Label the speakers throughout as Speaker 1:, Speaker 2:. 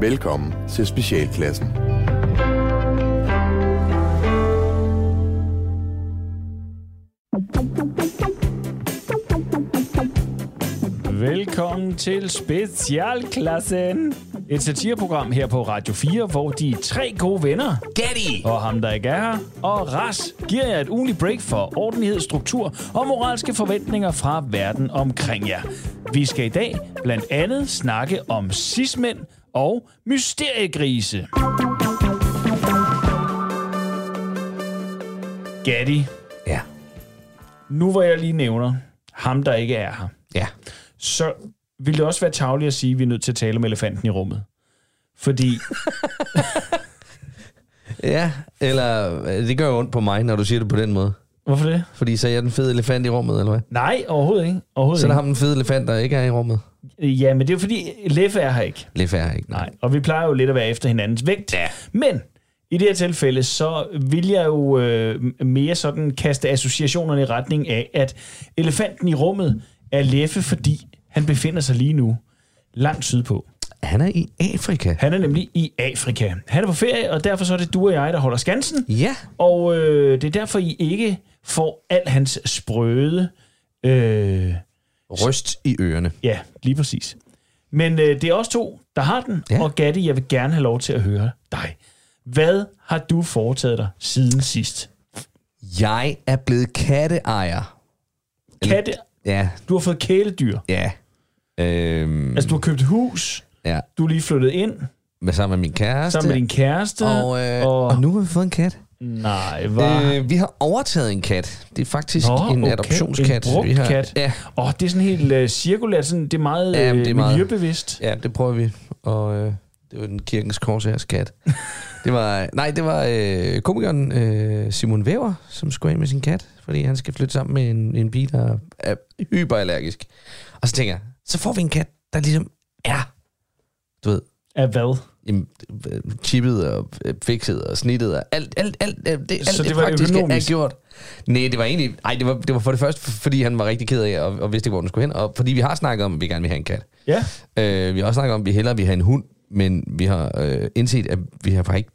Speaker 1: Velkommen til Specialklassen.
Speaker 2: Velkommen til Specialklassen. Et satireprogram her på Radio 4, hvor de tre gode venner,
Speaker 3: Daddy!
Speaker 2: og ham der ikke er her, og Ras, giver jer et ugenligt break for ordentlighed, struktur og moralske forventninger fra verden omkring jer. Vi skal i dag blandt andet snakke om cismænd og mysteriegrise. Gatti,
Speaker 3: Ja.
Speaker 2: nu hvor jeg lige nævner ham, der ikke er her,
Speaker 3: Ja.
Speaker 2: så ville det også være tageligt at sige, at vi er nødt til at tale om elefanten i rummet. Fordi
Speaker 3: Ja, eller øh, det gør jo ondt på mig, når du siger det på den måde.
Speaker 2: Hvorfor det?
Speaker 3: Fordi så er jeg den fede elefant i rummet, eller hvad?
Speaker 2: Nej, overhovedet ikke. Overhovedet
Speaker 3: Så er der ham den fede elefant, der ikke er i rummet.
Speaker 2: ikke. Ja, men det er jo fordi, Leffe er her ikke.
Speaker 3: Lidt færre, ikke?
Speaker 2: Nej, og vi plejer jo lidt at være efter hinandens vægt. Ja. Men i det her tilfælde, så vil jeg jo øh, mere sådan kaste associationerne i retning af, at elefanten i rummet er Leffe, fordi han befinder sig lige nu langt sydpå.
Speaker 3: Han er i Afrika.
Speaker 2: Han er nemlig i Afrika. Han er på ferie, og derfor så er det du og jeg, der holder skansen.
Speaker 3: Ja.
Speaker 2: Og øh, det er derfor, I ikke får al hans sprøde... Øh,
Speaker 3: Ryst i ørerne.
Speaker 2: Ja, lige præcis. Men øh, det er os to, der har den, ja.
Speaker 3: Ja.
Speaker 2: og Gatti, jeg vil gerne have lov til at høre dig. Hvad har du foretaget dig siden sidst?
Speaker 3: Jeg er blevet katteejer. Eller-
Speaker 2: Katte,
Speaker 3: Ja,
Speaker 2: du har fået kæledyr.
Speaker 3: ja. Øhm,
Speaker 2: Altså, du har købt hus,
Speaker 3: ja.
Speaker 2: du er lige flyttet ind
Speaker 3: Men sammen med min kæreste.
Speaker 2: sammen med din kæreste.
Speaker 3: og, øh, og...
Speaker 2: og,
Speaker 3: og nu har vi fået en kat.
Speaker 2: Nej, var... Øh,
Speaker 3: Øh, vi har overtaget en kat. Det er faktisk
Speaker 2: Nå,
Speaker 3: en
Speaker 2: okay.
Speaker 3: adoptionskat.
Speaker 2: En brugt
Speaker 3: vi har,
Speaker 2: kat.
Speaker 3: Ja,
Speaker 2: Åh, det er sådan helt øh, cirkulært, sådan, det er meget øh,
Speaker 3: Jamen, det er meget-
Speaker 2: miljøbevidst.
Speaker 3: Ja, det prøver vi. Og øh, det var den kirkens korsærs kat. det var, nej, det var øh, komikeren øh, Simon Væver, som skulle af med sin kat, fordi han skal flytte sammen med en, en pige, der er hyperallergisk. Og så tænker jeg, så får vi en kat, der ligesom er, du ved,
Speaker 2: Af hvad?
Speaker 3: jamen, øh, chippet og øh, fikset og snittet og alt, alt, alt, øh, det, alt
Speaker 2: Så det
Speaker 3: det,
Speaker 2: var
Speaker 3: praktiske
Speaker 2: økonomisk?
Speaker 3: er gjort. Nej, det var egentlig, nej, det var, det var for det første, fordi han var rigtig ked af og, og vidste ikke, hvor den skulle hen, og fordi vi har snakket om, at vi gerne vil have en kat.
Speaker 2: Ja,
Speaker 3: Øh, vi har også snakket om, at vi hellere vil have en hund, men vi har øh, indset, at vi har faktisk ikke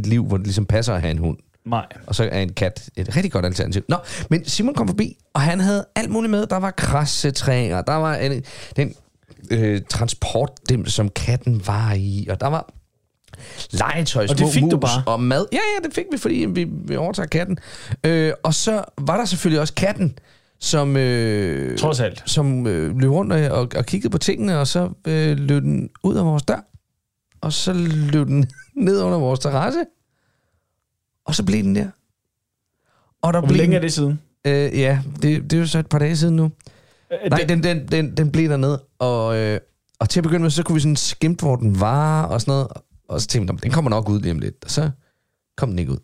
Speaker 3: et liv, hvor det ligesom passer at have en hund.
Speaker 2: nej.
Speaker 3: Og så er en kat et rigtig godt alternativ. Nå, men Simon kom forbi, og han havde alt muligt med. Der var krassetræer, der var en, den øh, transportdem, som katten var i, og der var legetøj,
Speaker 2: Og
Speaker 3: små
Speaker 2: det fik
Speaker 3: mus
Speaker 2: du bare?
Speaker 3: og mad. Ja, ja, det fik vi, fordi vi, vi overtager katten. Øh, og så var der selvfølgelig også katten, som... Øh,
Speaker 2: Trods alt.
Speaker 3: som øh, løb rundt og, og, og kiggede på tingene, og så øh, løb den ud af vores dør, og så løb den ned under vores terrasse, og så blev den der. Og der
Speaker 2: Og hvor længe er
Speaker 3: den-
Speaker 2: det siden?
Speaker 3: Øh, ja, det, det er jo så et par dage siden nu.
Speaker 2: Øh,
Speaker 3: Nej,
Speaker 2: det-
Speaker 3: den, den, den, den blev dernede, og, øh, og til at begynde med, så kunne vi sådan skimte, hvor den var, og sådan noget, og så tænkte vi, "Nå, den kommer nok ud lige om lidt, og så kom den ikke ud.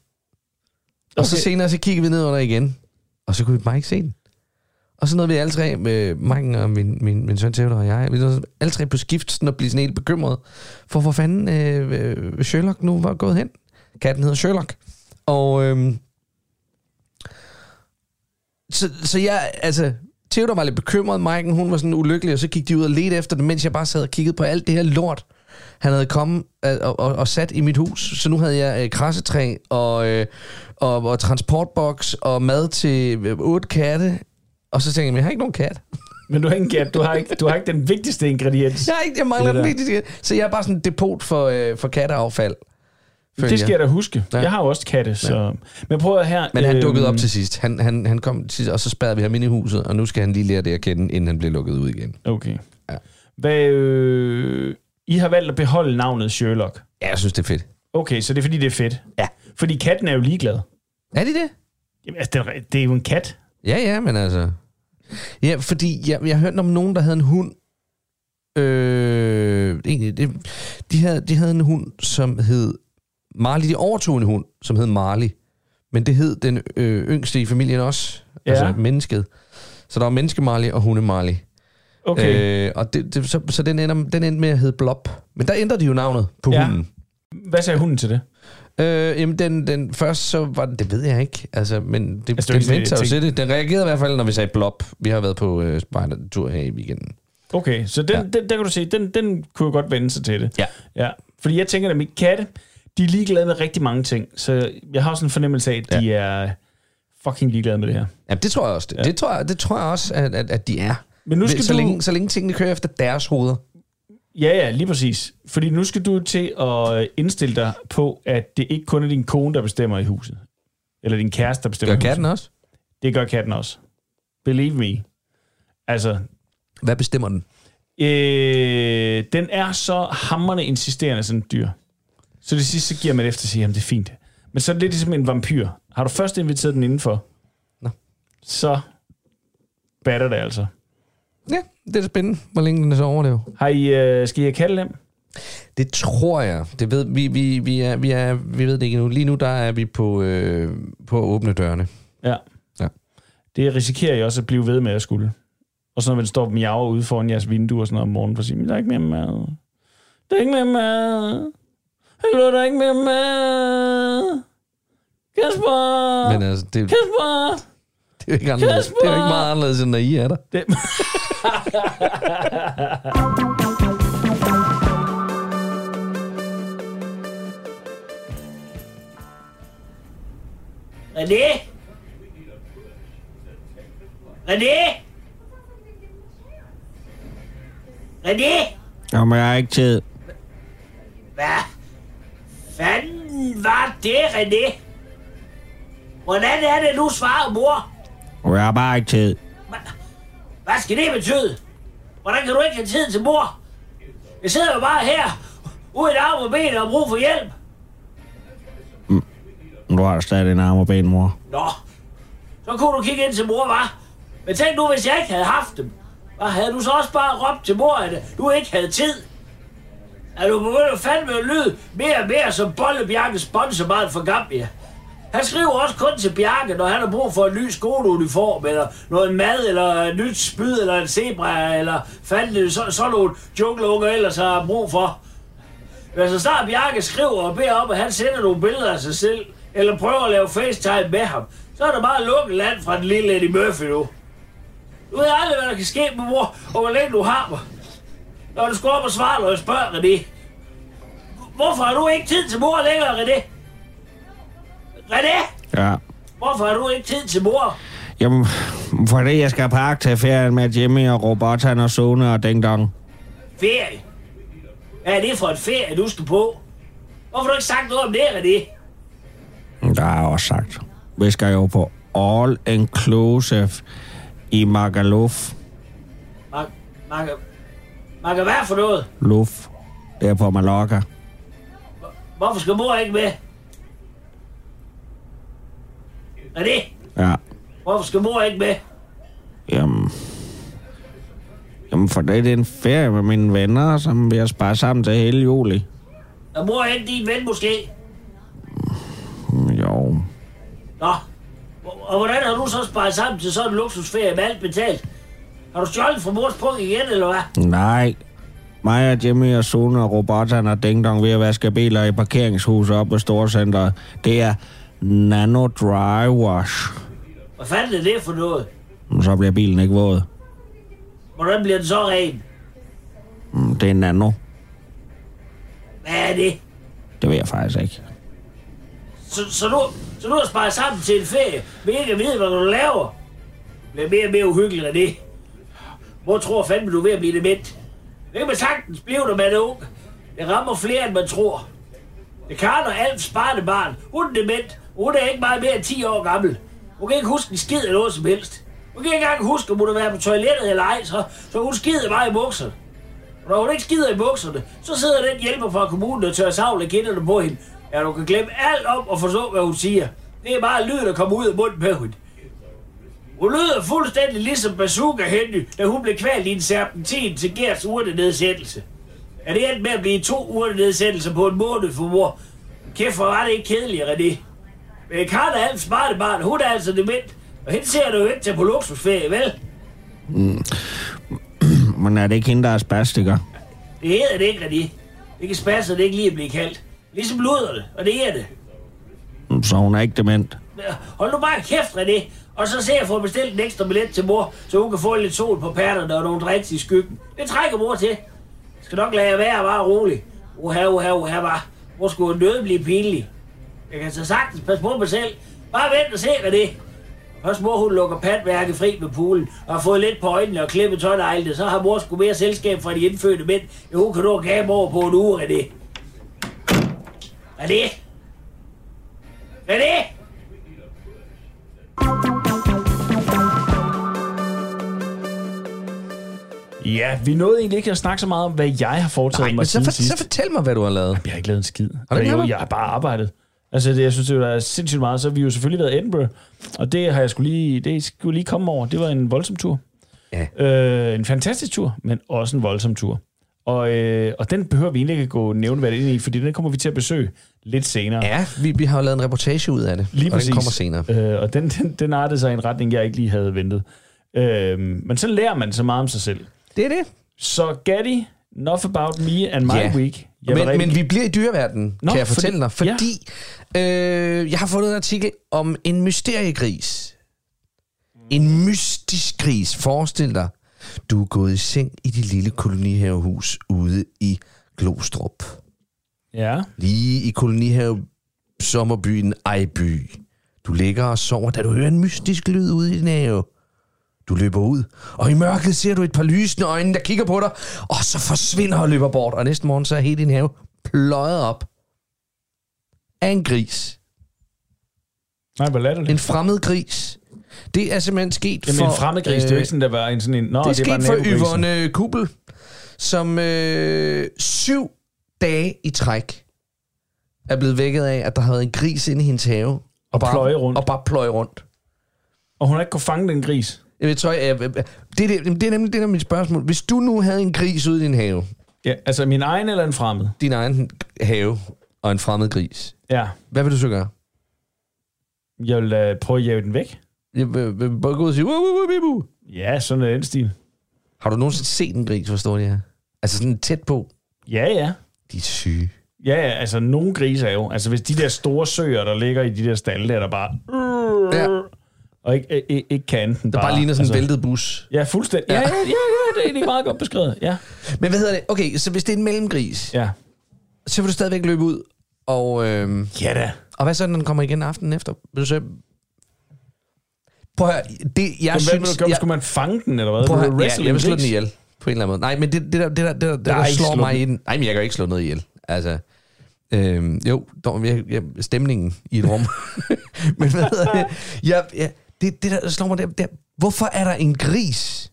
Speaker 3: Og så
Speaker 2: Okay.
Speaker 3: senere, så kiggede vi ned under igen, og så kunne vi bare ikke se den. Og så nåede vi alle tre, med Marken og min, min, min søn Theodor og jeg, vi nåede sådan alle tre på skift, sådan at blive sådan helt bekymret, for hvor fanden øh, øh, Sherlock nu var gået hen. Katten hedder Sherlock. Og øhm, så, så jeg, altså, Theodor var lidt bekymret, Maiken, hun var sådan ulykkelig, og så gik de ud og ledte efter det, mens jeg bare sad og kiggede på alt det her lort, han havde kommet øh, og, og, og sat i mit hus. Så nu havde jeg øh, krassetræ og, øh, og, og transportboks og mad til øh, otte katte. Og så tænkte jeg, men jeg har ikke nogen kat.
Speaker 2: Men du har, ikke, en kat. du, har ikke, du har ikke den vigtigste ingrediens.
Speaker 3: Jeg, har ikke, jeg mangler
Speaker 2: Det er
Speaker 3: den
Speaker 2: der.
Speaker 3: vigtigste. Så jeg er bare sådan et depot for, øh, for katteaffald. føler
Speaker 2: Det skal
Speaker 3: jeg.
Speaker 2: jeg da huske. Ja.
Speaker 3: Ja.
Speaker 2: Jeg har jo også katte, så... Men prøv at høre her...
Speaker 3: Men han dukkede op
Speaker 2: øhm,
Speaker 3: til sidst. Han, han, han kom til sidst, og så spærrede vi ham ind i huset, og nu skal han lige lære det at kende, inden han bliver lukket ud igen.
Speaker 2: Okay. Ja.
Speaker 3: Ja.
Speaker 2: Hvad, øh, I har valgt at beholde navnet Sherlock.
Speaker 3: Ja, jeg synes, det er fedt.
Speaker 2: Okay, så det er fordi, det er fedt.
Speaker 3: Ja.
Speaker 2: Fordi katten er jo ligeglad.
Speaker 3: Er det det?
Speaker 2: Jamen, altså, det er- det er jo en kat.
Speaker 3: Ja, ja, men altså... Ja, fordi jeg, jeg hørte om nogen, der havde en hund. Øh, egentlig, det, de, havde, de havde en hund, som hed Marley. De overtog en hund, som hed Marley. Men det hed den øh, yngste i familien også.
Speaker 2: Ja.
Speaker 3: Ja. Altså mennesket. Så der var menneske Marley og hunde Marley.
Speaker 2: Okay. Øh.
Speaker 3: Øh, og det, det, så, så den, ender, den endte med at hedde Blob. Men der ændrede de jo navnet på
Speaker 2: Ja.
Speaker 3: ja. hunden.
Speaker 2: Hvad sagde hunden til det?
Speaker 3: Øh, jamen, den, den først så var den, det ved jeg ikke, altså, men det,
Speaker 2: Altså, det er jo
Speaker 3: den
Speaker 2: ikke sådan,
Speaker 3: vendte sig jo
Speaker 2: jeg
Speaker 3: til det. Den reagerede i hvert fald, når vi sagde blop. Vi har været på øh, spejdertur her i weekenden.
Speaker 2: Okay, så den, ja.
Speaker 3: Ja.
Speaker 2: den, der kan du se, den, den kunne jo godt vende sig til det.
Speaker 3: Ja.
Speaker 2: ja. Fordi jeg tænker nemlig, katte, de er ligeglade med rigtig mange ting. Så jeg har sådan en fornemmelse af, at de er fucking ligeglade med det her.
Speaker 3: Ja, det tror jeg også. Det, ja. det, tror, jeg, det tror jeg også, at, at, at de er.
Speaker 2: Men nu skal
Speaker 3: så,
Speaker 2: du-
Speaker 3: længe, så længe tingene kører efter deres hoveder.
Speaker 2: Ja, ja, lige præcis. Fordi nu skal du til at øh, indstille dig på, at det ikke kun er din kone, der bestemmer i huset. Eller din kæreste, der bestemmer
Speaker 3: Gør
Speaker 2: i huset.
Speaker 3: katten også?
Speaker 2: Det gør katten også. Believe me. Altså,
Speaker 3: Hvad bestemmer den?
Speaker 2: Øh, den er så hammerne insisterende, sådan et dyr. Så det sidste så giver man efter og siger, jamen det er fint. Men så er det lidt ligesom en vampyr. Har du først inviteret den indenfor,
Speaker 3: Nå.
Speaker 2: så batter det altså.
Speaker 3: Ja, det er spændende, hvor længe den så overlever.
Speaker 2: Har I, øh, skal I have kattelem?
Speaker 3: Det tror jeg. Det ved, vi, vi, vi, er, vi, er, vi ved det ikke nu. Lige nu der er vi på, øh, på at åbne dørene.
Speaker 2: Ja.
Speaker 3: Ja.
Speaker 2: Det risikerer jeg også at blive ved med at skulle. Og så når man står og miaver ude foran jeres vindue og sådan noget om morgenen, for at sige, "Men der er ikke mere mad. Der er ikke mere mad. Hallo, der er ikke mere mad. Kasper!
Speaker 3: Men altså, det,
Speaker 2: Kasper!
Speaker 3: det, er, jo ikke anderledes. det er jo ikke meget anderledes, end når I er der.
Speaker 2: Det.
Speaker 4: René? René? René?
Speaker 5: Jamen, jeg har ikke tid.
Speaker 4: Hvad fanden var det, René? Hvordan er det nu, svarer mor?
Speaker 5: Jeg har bare ikke tid.
Speaker 4: Hvad skal det betyde? Hvordan kan du ikke have tid til mor? Jeg sidder jo bare her, uden arm og ben og har brug for hjælp.
Speaker 5: Du har stadig en arm og ben, mor.
Speaker 4: Nå, så kunne du kigge ind til mor, var. Men tænk nu, hvis jeg ikke havde haft dem. Hvad havde du så også bare råbt til mor, at øh, du ikke havde tid? Er du begyndt fandme at lyde mere og mere som Bolle Bjarkes sponsormand for Gambia? Han skriver også kun til Bjarke, når han har brug for en ny skoleuniform, eller noget mad, eller et nyt spyd, eller en zebra, eller fandme så, sådan nogle jungleunger ellers har brug for. Men Altså, så snart Bjarke skriver og beder om, at han sender nogle billeder af sig selv, eller prøver at lave FaceTime med ham, så er der bare lukket land fra den lille Eddie Murphy nu. Du ved aldrig, hvad der kan ske med mor, og hvor længe du har mig. Når du skal op og svare, når jeg spørger René. Hvorfor har du ikke tid til mor længere, René? René,
Speaker 5: Ja.
Speaker 4: hvorfor har du ikke tid til mor?
Speaker 5: Jamen, fordi jeg skal pakke til ferien med Jimmy og Robotan og Sune og Ding Dong.
Speaker 4: Ferie? Hvad er det for en ferie, du skal på? Hvorfor har du ikke sagt noget om det, René?
Speaker 5: Der er også sagt. Vi skal jo på all inclusive i Magaluf.
Speaker 4: Mark, Mark, Mark, hvad for noget?
Speaker 5: Luf. Det er på Mallorca.
Speaker 4: Hvorfor skal mor ikke med? Er det?
Speaker 5: Ja.
Speaker 4: Hvorfor skal mor ikke med?
Speaker 5: Jamen... Jamen, for det er en ferie med mine venner, som vi har sparet sammen til hele juli.
Speaker 4: Er mor ikke din ven måske?
Speaker 5: Jo.
Speaker 4: Nå. Og- Og hvordan har du så sparet sammen til sådan en luksusferie med alt betalt? Har du stjålet fra mors punkt igen, eller hvad?
Speaker 5: Nej. Mig og Jimmy og Sune og Robotan og Ding Dong ved at vaske biler i parkeringshuset op ved Storcenteret. Det er Nano Dry Wash.
Speaker 4: Hvad fanden er det for noget?
Speaker 5: Men Så bliver bilen ikke våd.
Speaker 4: Hvordan bliver den så ren?
Speaker 5: Mm, Det er Nano.
Speaker 4: Hvad er det?
Speaker 5: Det ved jeg faktisk ikke.
Speaker 4: Så, så, du, så du har sparet sammen til en ferie, men ikke at vide, hvad du laver. Det bliver mere og mere uhyggeligt af det. Hvor tror fandme, du er ved at blive dement? Det kan man sagtens blive, når man er ung. Det rammer flere, end man tror. Det Karen og Alfs barnebarn, hun er dement. Hun er ikke meget mere end 10 år gammel. Hun kan ikke huske en skid af noget som helst. Hun kan ikke engang huske, om hun har været på toilettet eller ej, så, så hun skider bare i bukserne. Og når hun ikke skider i bukserne, så sidder den hjælper fra kommunen og tør savle kinderne på hende. Ja, du kan glemme alt om og forstå, hvad hun siger. Det er bare lyden, der kommer ud af munden med hende. Hun lyder fuldstændig ligesom Bazooka Henry, da hun blev kvalt i en serpentin til Gerts urnenedsættelse. Er det endt med at blive to urnenedsættelser på en måned for mor? Kæft, hvor var det ikke kedeligt, René. Men Karen er alt smarte barn, hun er altså dement. Og hende ser du jo ikke til på luksusferie, vel?
Speaker 5: Men er det ikke hende, der er spastiker?
Speaker 4: Det hedder det ikke, René. Det kan spasse, det ikke lige at blive kaldt. Ligesom luderne, og det er det.
Speaker 5: Mm, Så hun er ikke dement.
Speaker 4: Hold nu bare kæft, René. Og så ser jeg få bestilt en ekstra billet til mor, så hun kan få lidt sol på patterne og nogle drinks i skyggen. Det trækker mor til. Jeg skal nok lade jer være, bare rolig. uha, uha, uha, var. Hvor skulle en død blive pinlig? Jeg kan så sagtens passe på mig selv. Bare vent og se, hvad det er. Først mor hun lukker patværket fri med poolen, og har fået lidt på øjnene og klippet tåneglene, så har mor sgu mere selskab fra de indfødte mænd, end hun kan nå at gabe over på en uge, René. René? René?
Speaker 2: Ja, vi nåede egentlig ikke at snakke så meget om, hvad jeg har foretaget
Speaker 3: Nej,
Speaker 2: mig
Speaker 3: men så,
Speaker 2: siden
Speaker 3: for,
Speaker 2: sidst.
Speaker 3: så fortæl mig, hvad du har lavet.
Speaker 2: Jeg har ikke lavet en skid.
Speaker 3: Har du ikke
Speaker 2: jo,
Speaker 3: lavet noget?
Speaker 2: jeg har bare arbejdet. Altså, det, jeg synes, det er sindssygt meget. Så har vi jo selvfølgelig været i Edinburgh, og det har jeg skulle lige, det skulle lige komme over. Det var en voldsom tur.
Speaker 3: Ja.
Speaker 2: Øh, en fantastisk tur, men også en voldsom tur. Og, øh, og den behøver vi egentlig ikke at gå nævneværdigt ind i, fordi den kommer vi til at besøge lidt senere.
Speaker 3: Ja, vi, vi har jo lavet en reportage ud af det,
Speaker 2: Lige
Speaker 3: og
Speaker 2: præcis.
Speaker 3: den kommer senere.
Speaker 2: Øh, og den, den, den artede sig i en retning, jeg ikke lige havde ventet. Øh, men så lærer man så meget om sig selv.
Speaker 3: Det er det.
Speaker 2: Så Gatti, enough about me and my
Speaker 3: Ja.
Speaker 2: week. Jeg var
Speaker 3: Men,
Speaker 2: rigtig-
Speaker 3: men vi bliver i dyreverdenen,
Speaker 2: Nå,
Speaker 3: Nå, kan jeg
Speaker 2: fordi-
Speaker 3: fortælle dig.
Speaker 2: ja.
Speaker 3: Fordi ja. øh, jeg har fundet en artikel om en mysteriegris. En mystisk gris. Forestil dig, du er gået i seng i dit lille kolonihavehus ude i Glostrup.
Speaker 2: Ja,
Speaker 3: Lige i kolonihave sommerbyen Ejby. Du ligger og sover, da du hører en mystisk lyd ude i din have. Du løber ud, og i mørket ser du et par lysende øjne, der kigger på dig, og så forsvinder og løber bort, og næste morgen så er hele din have pløjet op af en gris.
Speaker 2: nej, hvor latterligt.
Speaker 3: En fremmed gris. Det er simpelthen sket
Speaker 2: Jamen
Speaker 3: for...
Speaker 2: en fremmed gris, øh, det er jo ikke sådan, der var en sådan en... Nå,
Speaker 3: det er
Speaker 2: var
Speaker 3: sket for
Speaker 2: nabogrisen.
Speaker 3: Yvonne Kubel, som øh, syv dage i træk er blevet vækket af, at der har været en gris inde i hendes have. Og, og
Speaker 2: pløje rundt.
Speaker 3: Og bare pløje rundt.
Speaker 2: Og hun har ikke kunne fange den gris.
Speaker 3: Jeg tror, jeg, jeg- øh, det, er det, det er nemlig det der er mit spørgsmål. Hvis du nu havde en gris ude i din have,
Speaker 2: Ja, altså min egen eller en fremmed?
Speaker 3: din egen have, og en fremmed gris,
Speaker 2: Ja,
Speaker 3: hvad vil du så gøre?
Speaker 2: jeg vil uh, prøve at jæve den væk.
Speaker 3: Jeg vil, vil bare gå ud og sige, "Wuh, wuh, wuh, wuh, wuh."
Speaker 2: Ja, sådan er den stil.
Speaker 3: har du nogensinde set en gris, forstår jeg? Altså sådan tæt på.
Speaker 2: Ja, ja.
Speaker 3: De er syge.
Speaker 2: Ja, ja, altså nogle grise er jo... Altså hvis de der store søer, der ligger i de der stalle, der, der bare...
Speaker 3: Ja.
Speaker 2: Og ikke, ikke, ikke kan enten
Speaker 3: Der bare ligner
Speaker 2: Altså-
Speaker 3: sådan en væltet bus.
Speaker 2: Ja, fuldstændig. Ja, ja, ja, ja, det er egentlig meget godt beskrevet. Ja,
Speaker 3: Men hvad hedder det? Okay, så hvis det er en mellemgris,
Speaker 2: ja.
Speaker 3: så vil du stadigvæk løbe ud. Og, øh,
Speaker 2: Ja da.
Speaker 3: og hvad så, når den kommer igen aftenen efter? Vil du så... Prøv at høre, det, jeg
Speaker 2: Jamen, hvad
Speaker 3: synes...
Speaker 2: vil du gøre?
Speaker 3: jeg,
Speaker 2: Skulle man fange den, eller hvad?
Speaker 3: prøv at
Speaker 2: Vil du
Speaker 3: høre, ja,
Speaker 2: wrestle
Speaker 3: jeg vil
Speaker 2: en
Speaker 3: slå den
Speaker 2: gris?
Speaker 3: ihjel. På en eller anden måde. Nej, men det, det der, det der, det der, det der
Speaker 2: ikke
Speaker 3: slår
Speaker 2: slå
Speaker 3: mig
Speaker 2: den.
Speaker 3: i den... Nej, men jeg kan jo ikke slå noget ihjel. Altså, øhm, jo, dog, jeg, jeg, stemningen i et rum. men hvad hedder det? Jeg, jeg, det, det der slår mig der, der... Hvorfor er der en gris,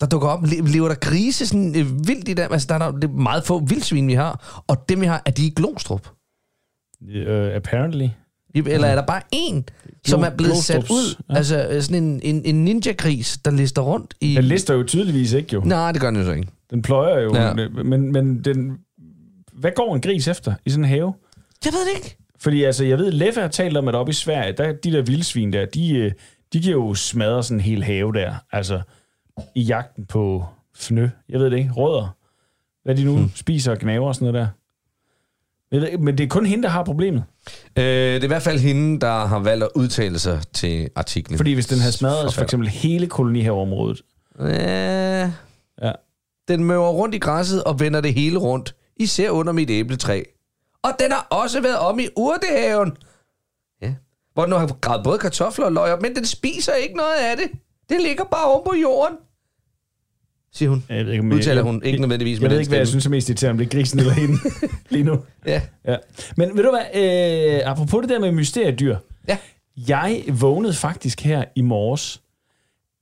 Speaker 3: der dukker op? Le- Lever der grise sådan øh, vildt i der? Altså, der er, der, det er meget få vildsvin, vi har. Og dem, vi har, er de i Glostrup.
Speaker 2: Øh, apparently.
Speaker 3: Eller er der bare en, som er blevet sat ud?
Speaker 2: Mm. Glostrups, ja.
Speaker 3: Altså øh, sådan en, en, en ninja-gris, der lister rundt i...
Speaker 2: Den lister jo tydeligvis ikke, jo.
Speaker 3: Nej, det gør den jo så ikke.
Speaker 2: Den pløjer jo, ja.
Speaker 3: Ja.
Speaker 2: men, men den, hvad går en gris efter i sådan en have?
Speaker 3: Jeg ved det ikke.
Speaker 2: Fordi altså, jeg ved, Leffe har talt om, at oppe i Sverige, der, de der vildsvin der, de, øh, de giver jo smadre sådan en hel have der, altså i jagten på fnø, jeg ved det ikke, rødder, hvad de nu hmm. spiser og gnaver og sådan noget der. Jeg ved, ikke, men det er kun hende, der har problemet.
Speaker 3: Øh, det er i hvert fald hende, der har valgt at udtale sig til artiklen.
Speaker 2: Fordi hvis den havde smadret for
Speaker 3: Forfærdeligt.
Speaker 2: eksempel hele kolonihaveområdet,
Speaker 3: Øh,
Speaker 2: ja,
Speaker 3: den møver rundt i græsset og vender det hele rundt, især under mit æbletræ. Og den har også været om i urtehaven. Ja. Hvor den nu har gravet både kartofler og løg op, men den spiser ikke noget af det. Det ligger bare oven på jorden. Siger hun.
Speaker 2: jeg ved ikke, om
Speaker 3: Udtaler
Speaker 2: jeg-
Speaker 3: hun ikke nødvendigvis
Speaker 2: Jeg, jeg
Speaker 3: med
Speaker 2: ved
Speaker 3: den
Speaker 2: ikke, hvad jeg
Speaker 3: stemme.
Speaker 2: synes er mest irriterende, om det er grisen eller hende lige nu.
Speaker 3: Ja.
Speaker 2: Ja. Men ved du hvad, øh, apropos det der med mysteriedyr.
Speaker 3: Ja.
Speaker 2: Jeg vågnede faktisk her i morges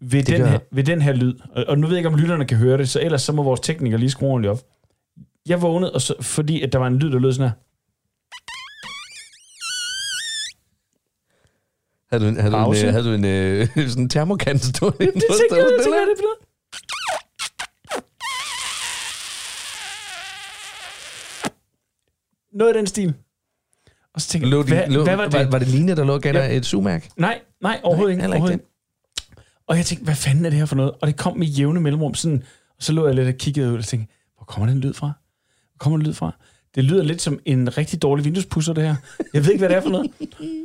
Speaker 2: ved, den
Speaker 3: gør
Speaker 2: her,
Speaker 3: jeg.
Speaker 2: ved den her lyd. Og, og nu ved jeg ikke, om lytterne kan høre det, så ellers så må vores tekniker lige skrue ordentligt op. Jeg vågnede, og så, fordi at der var en lyd, der lød sådan her.
Speaker 3: Havde du en, havde du en,
Speaker 2: Pause.
Speaker 3: øh, havde du en øh, sådan en termokant stående?
Speaker 2: Det tænkte jeg, det tænkte jeg, det er noget. Noget i den stil. Og så tænkte
Speaker 3: Lå
Speaker 2: jeg,
Speaker 3: de,
Speaker 2: hvad,
Speaker 3: lå,
Speaker 2: hvad var det?
Speaker 3: Var, var det Line, der lå og gav dig et sumærk?
Speaker 2: Nej, nej, overhovedet
Speaker 3: Nej,
Speaker 2: ikke.
Speaker 3: heller ikke
Speaker 2: Overhovedet ikke. Og jeg tænkte, hvad fanden er det her for noget? Og det kom med jævne mellemrum. Sådan, og så lå jeg lidt og kiggede ud og tænkte, hvor kommer den lyd fra? Hvor kommer den lyd fra? Det lyder lidt som en rigtig dårlig vinduespusser, det her. Jeg ved ikke, hvad det er for noget.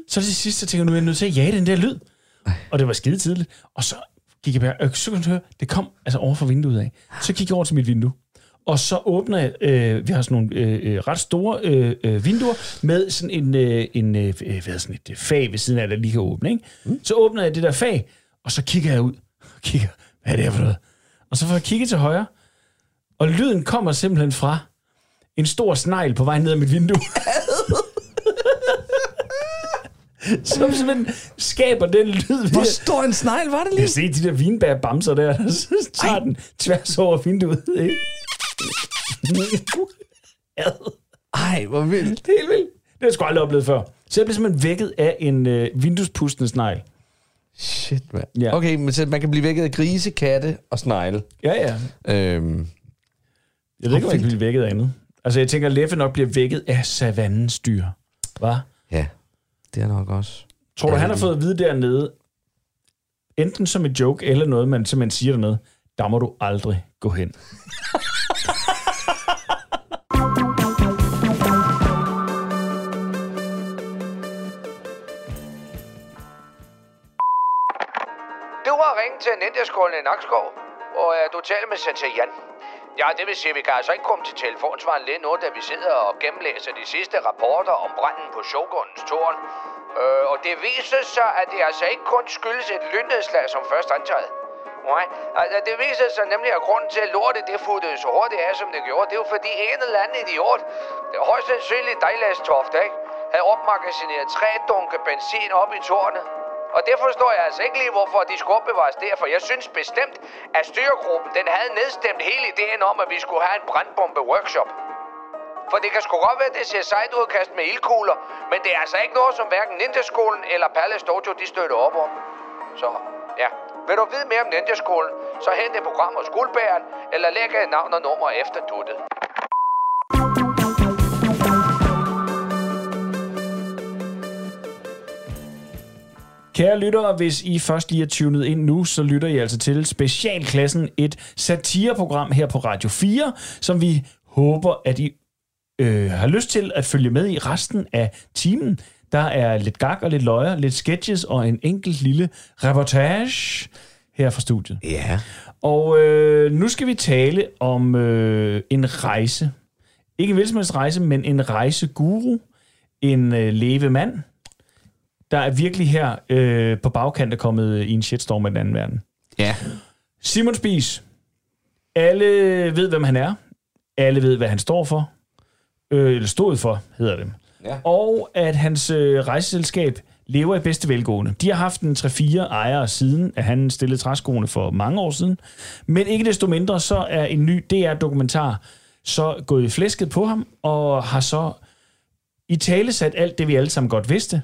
Speaker 2: Så til sidst, så tænkte jeg, nu er jeg nødt til at jage den der lyd. Og det var skide tidligt. øh, Og så gik jeg bare, og så kunne jeg høre, det kom altså over fra vinduet af. Så gik jeg over til mit vindue. og så åbner jeg, øh, vi har sådan nogle øh, øh, ret store øh, øh, vinduer, med sådan en, øh, en øh, hvad hedder sådan et øh, fag ved siden af, der lige kan åbne. Ikke? Mm. Så åbner jeg det der fag, og så kigger jeg ud, og kigger, hvad er det her for noget? Og så får jeg kigget til højre, og lyden kommer simpelthen fra en stor snegl på vej ned ad mit vindue. Som simpelthen skaber den lyd.
Speaker 3: Hvor stor en snegl var det
Speaker 2: Jeg
Speaker 3: lige?
Speaker 2: se de der vinbærbamser der, der så tager Ej. den tværs over vinduet. Ikke? Ad.
Speaker 3: Ej, hvor vildt.
Speaker 2: det er helt vildt. Det har jeg sgu aldrig oplevet før. Så jeg blev simpelthen vækket af en øh, vinduespustende snegl.
Speaker 3: Shit, mand.
Speaker 2: Ja.
Speaker 3: Okay, men så man kan blive vækket af grise, katte og snegle.
Speaker 2: Ja, ja.
Speaker 3: Øhm,
Speaker 2: Jeg ved ikke, om jeg kan blive vækket af andet. Altså, jeg tænker, at Leffe nok bliver vækket af savannens dyr. Hva?
Speaker 3: ja, det er nok også.
Speaker 2: Tror du,
Speaker 3: Ja,
Speaker 2: han har
Speaker 3: det-
Speaker 2: fået at vide dernede, enten som et joke eller noget, man simpelthen siger dernede, der må du aldrig gå hen.
Speaker 6: Du har ringet til Ninjaskolen i Nakskov, og øh, du taler med Sensei Jan. Ja, det vil sige, at vi kan altså ikke komme til telefonsvaren lige nu, da vi sidder og gennemlæser de sidste rapporter om branden på Shogunens tårn. Øh, og det viser sig, at det altså ikke kun skyldes et lynnedslag som først antaget. Nej, altså det viser sig nemlig, at grunden til, at lortet det futtede så hurtigt af, som det gjorde, det var fordi en eller anden idiot, det er højst sandsynligt Dejlas Tofte, ikke? havde opmagasineret tre dunke benzin op i tårnet. Og det forstår jeg altså ikke lige, hvorfor de skulle opbevares der, for jeg synes bestemt, at styregruppen den havde nedstemt hele ideen om, at vi skulle have en brandbombe-workshop. For det kan sgu godt være, at det ser sejt ud at kaste med ildkugler, men det er altså ikke noget, som hverken Ninjaskolen eller Palace Dojo de støtter op om. Så ja, vil du vide mere om Ninjaskolen, så hent et program hos guldbæren, eller læg et navn og nummer efter duttet.
Speaker 2: Kære lyttere, hvis I først lige er tunet ind nu, så lytter I altså til Specialklassen, et satireprogram her på Radio 4, som vi håber, at I øh, har lyst til at følge med i resten af timen. Der er lidt gag og lidt løjer, lidt sketches og en enkelt lille reportage her fra studiet.
Speaker 3: Ja.
Speaker 2: Og øh, nu skal vi tale om øh, en rejse. Ikke en hvilken rejse, men en rejseguru. En øh, levemand, der er virkelig her øh, på bagkant er kommet i en shitstorm af den anden verden.
Speaker 3: Ja.
Speaker 2: Simon Spies. Alle ved, hvem han er. Alle ved, hvad han står for. Øh, eller stod for, hedder det.
Speaker 3: Ja.
Speaker 2: Og at hans øh, rejseselskab lever i bedste velgående. De har haft en 3-4 ejere siden, at han stillede træskoene for mange år siden. Men ikke desto mindre, så er en ny DR-dokumentar så gået i flæsket på ham, og har så i tale sat alt det, vi alle sammen godt vidste,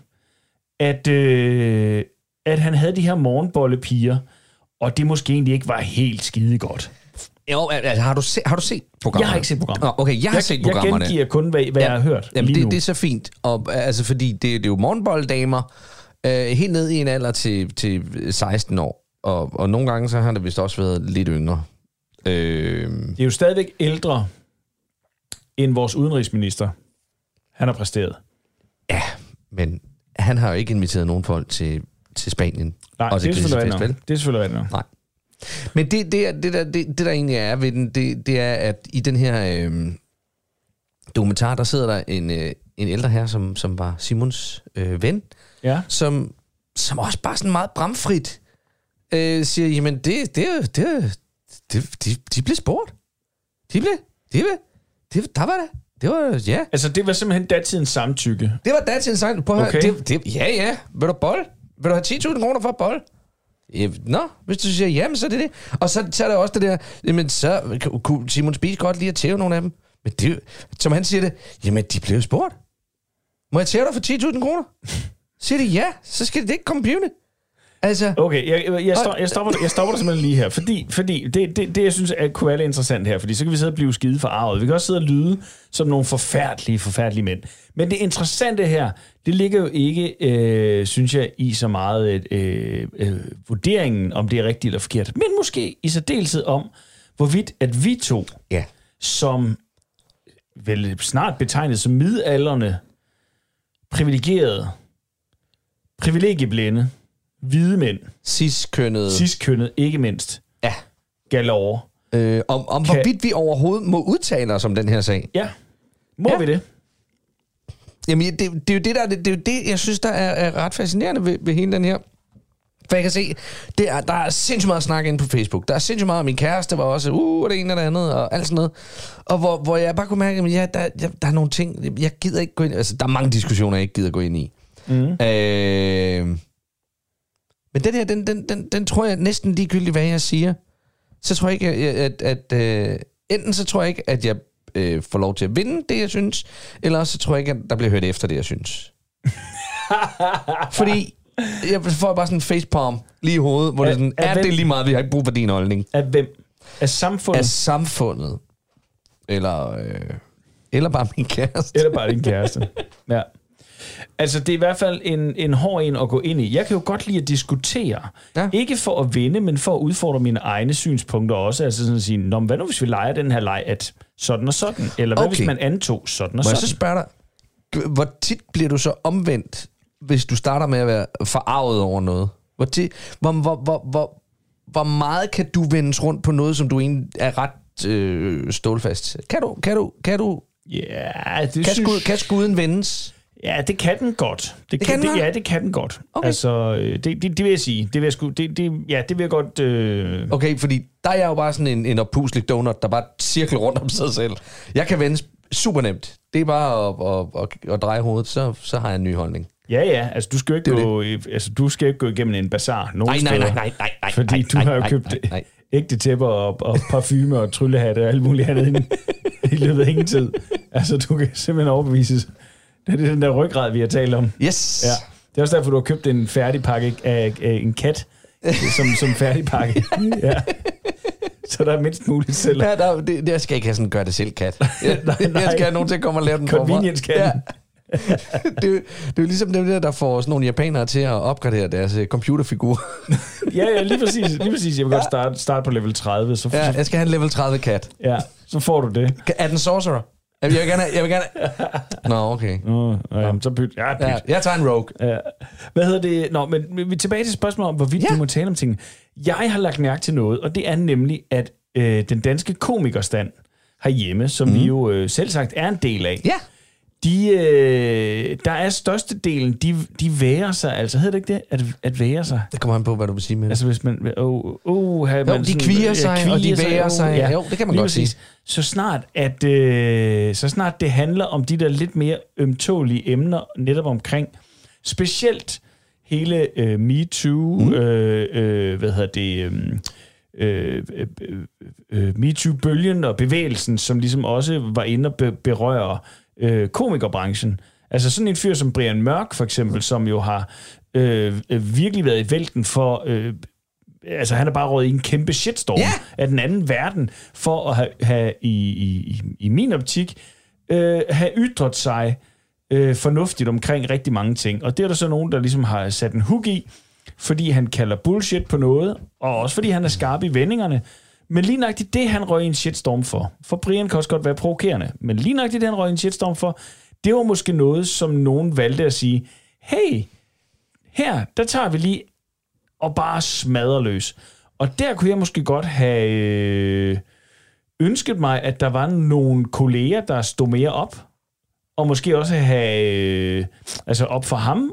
Speaker 2: at, øh, at han havde de her morgenbollepiger, og det måske egentlig ikke var helt skide godt.
Speaker 3: Jo, altså, har du, se, har du set programmet?
Speaker 2: Jeg har ikke set programmet.
Speaker 3: Nå, okay, jeg, har set
Speaker 2: jeg
Speaker 3: programmerne.
Speaker 2: gengiver kun, hvad, hvad ja, jeg har hørt
Speaker 3: Jamen,
Speaker 2: lige nu.
Speaker 3: det, det er så fint. Og, altså, fordi det, det er jo morgenbolddamer, øh, helt ned i en alder til, til 16 år. Og, og nogle gange, så har det vist også været lidt yngre. Øh,
Speaker 2: det er jo stadigvæk ældre end vores udenrigsminister. Han har præsteret.
Speaker 3: ja, men han har jo ikke inviteret nogen folk til, til Spanien.
Speaker 2: Nej,
Speaker 3: og
Speaker 2: det, er
Speaker 3: til
Speaker 2: selvfølgelig rigtigt
Speaker 3: Grisefest, vel?
Speaker 2: nok. Det er selvfølgelig rigtigt nok.
Speaker 3: Men det, det, er- det, der, det, det der egentlig er ved den, det, det er, at i den her øh, dokumentar, der sidder der en, øh, en ældre her, som, som var Simons øh, ven,
Speaker 2: Ja.
Speaker 3: som, som også bare sådan meget bramfrit øh, siger, jamen det, det, det, det de, de blev spurgt. De blev, de blev, det, der var det. Det var, ja.
Speaker 2: Altså, det var simpelthen datidens samtykke.
Speaker 3: Det var datidens sang. Prøv at
Speaker 2: Okay.
Speaker 3: okay. det, det, ja, ja. Vil du bold? Vil du have 10.000 kroner for bold? Ja, nå, hvis du siger ja, men så er det det. Og så, så er der også det der, jamen så ku- kunne Simon Spies godt lige at tæve nogle af dem. Men det, er jo- som han siger det, jamen de blev spurgt. Må jeg tæve dig for 10.000 kroner? Siger de ja, så skal det ikke komme pivende. Altså,
Speaker 2: Okay, jeg, jeg, jeg, stop, jeg, stopper, jeg stopper dig simpelthen lige her, fordi, fordi det, det, det, jeg synes, at kunne være lidt interessant her, fordi så kan vi sidde og blive skide forarvet. Vi kan også sidde og lyde som nogle forfærdelige, forfærdelige mænd. Men det interessante her, det ligger jo ikke, øh, synes jeg, i så meget øh, øh, vurderingen, om det er rigtigt eller forkert, men måske i særdeleshed om, hvorvidt at vi to,
Speaker 3: ja.
Speaker 2: som vel snart betegnet som midalderne, privilegerede, privilegieblinde, hvide mænd,
Speaker 3: Cis-kønnet.
Speaker 2: cis ikke mindst,
Speaker 3: Ja.
Speaker 2: galore,
Speaker 3: øh, om, om
Speaker 2: Kan-
Speaker 3: hvorvidt vi overhovedet må udtale os om den her sag.
Speaker 2: Ja. Må
Speaker 3: Ja.
Speaker 2: ja. vi det?
Speaker 3: Jamen, det, det er jo det, der, det, det, er jo det jeg synes, der er, er ret fascinerende ved, ved hele den her. For jeg kan se, det er, der er sindssygt meget snak inde på Facebook. Der er sindssygt meget, og min kæreste var også, uh, det ene og det andet, og alt sådan noget. Og hvor, hvor jeg bare kunne mærke, at ja, der, ja, der er nogle ting, jeg gider ikke gå ind i. Altså, der er mange diskussioner, jeg ikke gider gå ind i. Mm. Øh, men den her, den, den, den, den tror jeg næsten ligegyldigt, hvad jeg siger. Så tror jeg ikke, at, at, at, øh, enten så tror jeg ikke, at jeg øh, får lov til at vinde det, jeg synes, eller også så tror jeg ikke, at der bliver hørt efter det, jeg synes. Fordi jeg får bare sådan en facepalm lige i hovedet, hvor det er sådan,
Speaker 2: Er- er
Speaker 3: er det
Speaker 2: hvem-
Speaker 3: lige meget, vi har ikke brug for din holdning?
Speaker 2: Af hvem? Af samfundet?
Speaker 3: Af samfundet? Eller, øh, eller bare min kæreste?
Speaker 2: Eller bare din kæreste. Ja. Altså, det er i hvert fald en, en hård en at gå ind i. Jeg kan jo godt lide at diskutere.
Speaker 3: Ja.
Speaker 2: Ja. Ikke for at vinde, men for at udfordre mine egne synspunkter også. Altså sådan at sige, Nå, men hvad nu hvis vi leger den her leg, at sådan og sådan? Eller hvad
Speaker 3: Okay.
Speaker 2: okay. hvis man antog sådan og
Speaker 3: Må jeg så
Speaker 2: sådan?
Speaker 3: spørge dig, du- hvor tit bliver du så omvendt, hvis du starter med at være forarvet over noget? Hvor, tit, hvor, hvor, hvor, hvor, hvor meget kan du vendes rundt på noget, som du egentlig er ret øh, stålfast? Kan du, kan du, kan du,
Speaker 2: Ja, det
Speaker 3: kan,
Speaker 2: synes...
Speaker 3: skud, kan skuden vendes?
Speaker 2: Ja, det kan den godt. Det, det
Speaker 3: kan
Speaker 2: kan,
Speaker 3: den
Speaker 2: det,
Speaker 3: godt?
Speaker 2: ja, det kan den godt.
Speaker 3: Okay.
Speaker 2: Okay. Altså, øh, det, det, det vil jeg sige. Det vil jeg sgu... Det, det, ja, det vil jeg godt... Øh,
Speaker 3: Okay, fordi der er jeg jo bare sådan en, en oppuslig donut, der bare cirkler rundt om sig selv. Jeg kan vendes super nemt. Det er bare at, at, at, at dreje hovedet, så, så har jeg en ny holdning.
Speaker 2: Ja, ja, altså du skal jo ikke,
Speaker 3: Det er
Speaker 2: gå, altså, du skal jo ikke gå igennem en bazar nogen
Speaker 3: Nej, nej,
Speaker 2: steder,
Speaker 3: nej, nej, nej, nej,
Speaker 2: Fordi
Speaker 3: nej,
Speaker 2: du
Speaker 3: nej,
Speaker 2: har jo
Speaker 3: nej,
Speaker 2: købt
Speaker 3: nej, nej.
Speaker 2: ægte tæpper og, og parfume og tryllehatte og alt muligt andet inden, i løbet af ingen tid. Altså du kan simpelthen overbevises. Det er den der ryggrad, vi har talt om.
Speaker 3: Yes!
Speaker 2: Ja. Det er også derfor, du har købt en færdigpakke af, af en kat som, som færdigpakke. Ja. Så der er mindst muligt selv.
Speaker 3: Ja, der, det, jeg skal ikke have sådan en gør det selv kat. Jeg, nej, nej.
Speaker 2: nej.
Speaker 3: jeg skal have nogen til at komme og lave den for mig.
Speaker 2: Convenience-katten.
Speaker 3: det, er jo- det er jo ligesom dem der, der får sådan nogle japanere til at opgradere deres øh, computerfigurer.
Speaker 2: Ja, ja, lige præcis. Lige præcis. Jeg vil godt starte, starte på level 30, så,
Speaker 3: ja,
Speaker 2: ja.
Speaker 3: jeg skal have en level 30 kat.
Speaker 2: Ja, så får du det.
Speaker 3: Kan- Er den sorcerer? Jamen, Jeg vil gerne have, jeg vil gerne have- Nå, okay.
Speaker 2: Nå, ja, så byt. Ja, byt.
Speaker 3: Ja, jeg tager en rogue.
Speaker 2: Ja. Hvad hedder det? Nå, men vi er tilbage til spørgsmålet om, hvorvidt
Speaker 3: Ja.
Speaker 2: ja. du må tale om tingene. Jeg har lagt mærke til noget, og det er nemlig, at øh, den danske komikerstand herhjemme, som mm. vi jo øh, selv sagt er en del af,
Speaker 3: Mhm. Ja.
Speaker 2: de, øh, der er størstedelen, de, de værer sig, altså hedder det ikke det, at, at være sig?
Speaker 3: Det kommer han på, hvad du vil sige med det.
Speaker 2: Altså hvis man... Oh, oh, man
Speaker 3: de kvier sig, og de værer sig. Jo, det kan man godt sige.
Speaker 2: Så snart, at, øh, så snart det handler om de der lidt mere ømtålige emner, netop omkring specielt hele øh, MeToo, mm. øh, øh, hvad hedder det... Øh, øh, øh, øh, MeToo-bølgen og bevægelsen, som ligesom også var inde og be- berøre øh, komikerbranchen. Altså sådan en fyr som Brian Mørk for eksempel, som jo har øh, øh, virkelig været i vælten for... Øh, altså han er bare råd i en kæmpe shitstorm
Speaker 3: Ja!
Speaker 2: af den anden verden, for at have, have i, i, i- i min optik, øh, have ytret sig øh, fornuftigt omkring rigtig mange ting. Og det er der så nogen, der ligesom har sat en hook i, fordi han kalder bullshit på noget, og også fordi han er skarp i vendingerne. Men lige nøjagtigt det, han røg i en shitstorm for, for Brian kan også godt være provokerende, men lige nøjagtigt det, han røg i en shitstorm for, det var måske noget, som nogen valgte at sige, hey, her, der tager vi lige og bare smadrer løs. Og der kunne jeg måske godt have øh, ønsket mig, at der var nogle kolleger, der stod mere op, og måske også have øh, altså op for ham.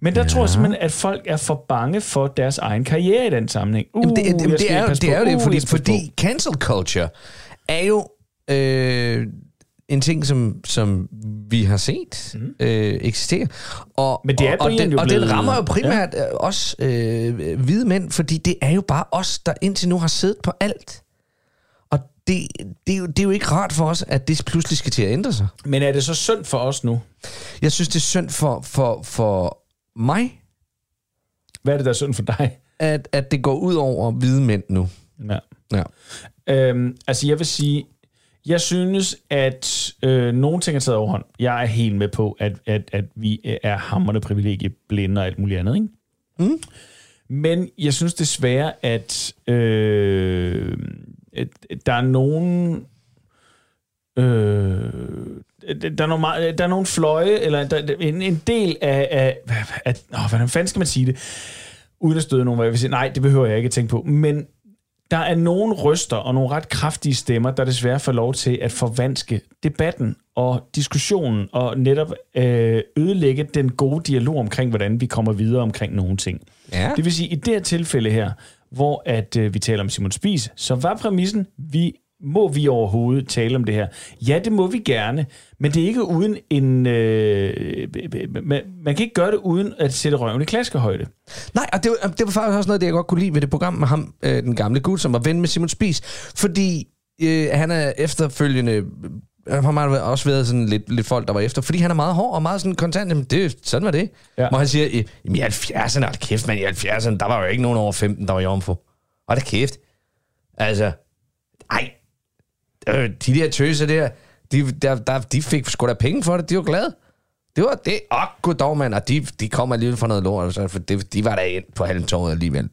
Speaker 2: Men der ja. tror jeg simpelthen, at folk er for bange for deres egen karriere i den sammenhæng. Uh,
Speaker 3: Jamen, det, det,
Speaker 2: jeg
Speaker 3: jamen, det,
Speaker 2: skal
Speaker 3: er, jo-
Speaker 2: passe
Speaker 3: det er jo
Speaker 2: på.
Speaker 3: det,
Speaker 2: Uh,
Speaker 3: fordi,
Speaker 2: jeg skal passe på.
Speaker 3: fordi cancel culture er jo øh, en ting, som, som vi har set øh, eksistere. Og,
Speaker 2: Mhm. Men det er
Speaker 3: og, og,
Speaker 2: Brian
Speaker 3: den,
Speaker 2: jo
Speaker 3: og den
Speaker 2: blevet-
Speaker 3: rammer jo primært ja. os øh, hvide mænd, fordi det er jo bare os, der indtil nu har siddet på alt. Og det, det, er jo, det er jo ikke rart for os, at det pludselig skal til at ændre sig.
Speaker 2: Men er det så synd for os nu?
Speaker 3: Jeg synes, det er synd for, for, for mig,
Speaker 2: Hvad er det, der er synd for dig?
Speaker 3: at, at det går ud over hvide mænd nu.
Speaker 2: Ja.
Speaker 3: Ja.
Speaker 2: Øhm, altså, jeg vil sige, jeg synes, at øh, nogle ting er taget overhånd. Jeg er helt med på, at, at, at vi er hammerne privilegieblinde og alt muligt andet, ikke? Mm. Men jeg synes desværre, at, øh, at at der er nogen... Øh, der er, nogle, meget- der er nogle fløje, eller der, der- en, en del af... af, af, af åh, hvordan fanden skal man sige det? Uden at støde nogen, hvor jeg vil sige, nej, det behøver jeg ikke at tænke på. Men Der er nogle røster og nogle ret kraftige stemmer, der desværre får lov til at forvanske debatten og diskussionen og netop øh, ødelægge den gode dialog omkring, hvordan vi kommer videre omkring nogle ting.
Speaker 3: Ja.
Speaker 2: Det vil sige, i det her tilfælde her, hvor at øh, vi taler om Simon Spies, så var præmissen, vi må vi overhovedet tale om det her? Ja, det må vi gerne, men det er ikke uden en... Øh, man, man kan ikke gøre det uden at sætte røven i klaskehøjde.
Speaker 3: Nej, og det, var- det var faktisk også noget, af det jeg godt kunne lide ved det program med ham, øh, den gamle gut, som var ven med Simon Spies. Fordi øh, han er efterfølgende... Han har meget- også været sådan lidt, lidt folk, der var efter. Fordi han er meget hård og meget sådan kontant. Jamen, det, sådan var det.
Speaker 2: Ja.
Speaker 3: Ja. Hvor han siger, "I- jamen, i 70'erne, hold kæft, men i 70'erne, der var jo ikke nogen over 15, der var jomfru. Og da kæft. Altså, ej. Øh, de der tøser der, de, der, der, de fik sgu da penge for det. De var glade. Det var det. Åh, goddag, mand. Og de, de kom alligevel fra noget lort, altså, for de, de var da ind på halmtorvet alligevel.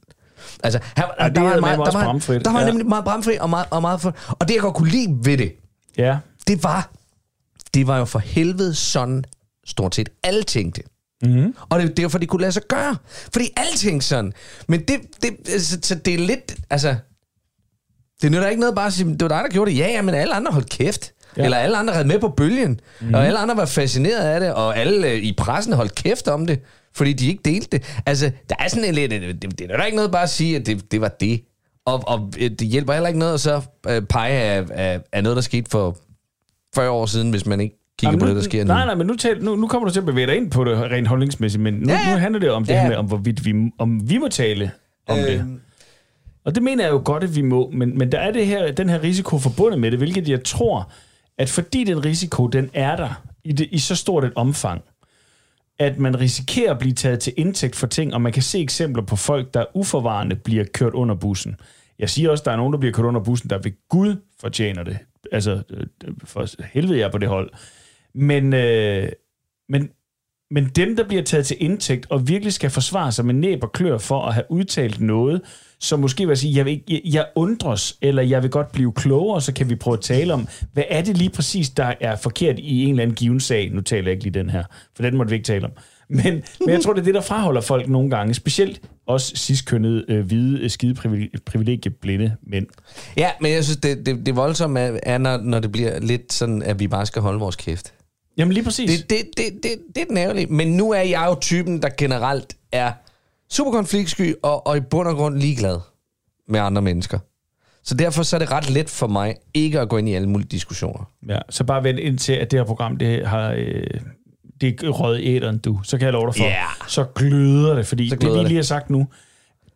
Speaker 3: Altså, her, ja,
Speaker 2: det
Speaker 3: der, var
Speaker 2: er
Speaker 3: han meget,
Speaker 2: med
Speaker 3: der,
Speaker 2: også
Speaker 3: var, han-
Speaker 2: bramfrit.
Speaker 3: der var
Speaker 2: Ja.
Speaker 3: ja. nemlig meget bramfri og meget, og meget for, Og det, jeg godt kunne lide ved det,
Speaker 2: Ja,
Speaker 3: det var, det var jo for helvede sådan, stort set alle tænkte. Mm. Og det er derfor, de kunne lade sig gøre. Fordi alle tænkte sådan. Men det, det, altså, så det er lidt, altså, det nytter ikke noget bare at sige, det var dig, der gjorde det. Ja, ja, men alle andre holdt kæft. Ja. Eller alle andre havde med på bølgen.
Speaker 2: Mhm.
Speaker 3: Mm. Og alle andre var fascineret af det, og alle øh, i pressen holdt kæft om det, fordi de ikke delte det. Altså, der er sådan en lidt, øh, det, det nytter ikke noget bare at sige, at det, det var det. Og, og øh, det hjælper heller ikke noget at så øh, pege af, af, af noget, der skete for 40 år siden, hvis man ikke kigger Jamen, på
Speaker 2: nu,
Speaker 3: det, der sker nu.
Speaker 2: nej, nej, men nu, tal, nu, nu kommer du til at bevæge dig ind på det rent holdningsmæssigt, men nu,
Speaker 3: Ja, ja.
Speaker 2: nu handler det om det
Speaker 3: Ja.
Speaker 2: her med, om hvorvidt vi, om vi må tale om øh. det. Og det mener jeg jo godt, at vi må, men, men der er det her, den her risiko forbundet med det, hvilket jeg tror, at fordi den risiko, den er der i, det, i så stort et omfang, at man risikerer at blive taget til indtægt for ting, og man kan se eksempler på folk, der uforvarende bliver kørt under bussen. Jeg siger også, at der er nogen, der bliver kørt under bussen, der ved Gud fortjener det. Altså, øh, for helvede jeg er på det hold. Men, øh, men, men dem, der bliver taget til indtægt og virkelig skal forsvare sig med næb og klør for at have udtalt noget, som måske vil sige, jeg, vil ikke, jeg, jeg undres, eller jeg vil godt blive klogere, så kan vi prøve at tale om, hvad er det lige præcis, der er forkert i en eller anden given sag? Nu taler jeg ikke lige den her, for den måtte vi ikke tale om. Men, men jeg tror, det er det, der fraholder folk nogle gange, specielt også sidstkønnede, øh, hvide, øh, skide privile- privilegieblinde mænd.
Speaker 3: Ja, men jeg synes, det, det, det voldsomme er, er når, når det bliver lidt sådan, at vi bare skal holde vores kæft.
Speaker 2: Jamen lige præcis.
Speaker 3: Det, det, det, det, det er den ærgerlige. Men nu er jeg jo typen, der generelt er super konfliktsky og, og i bund og grund ligeglad med andre mennesker. Så derfor så er det ret let for mig ikke at gå ind i alle mulige diskussioner.
Speaker 2: Ja, så bare vent indtil, at det her program, det har... Øh, det er røget i æderen, du. Så kan jeg love dig for.
Speaker 3: Ja.
Speaker 2: Så gløder det, fordi så gløder
Speaker 3: gløder
Speaker 2: det, vi
Speaker 3: det.
Speaker 2: lige har sagt nu,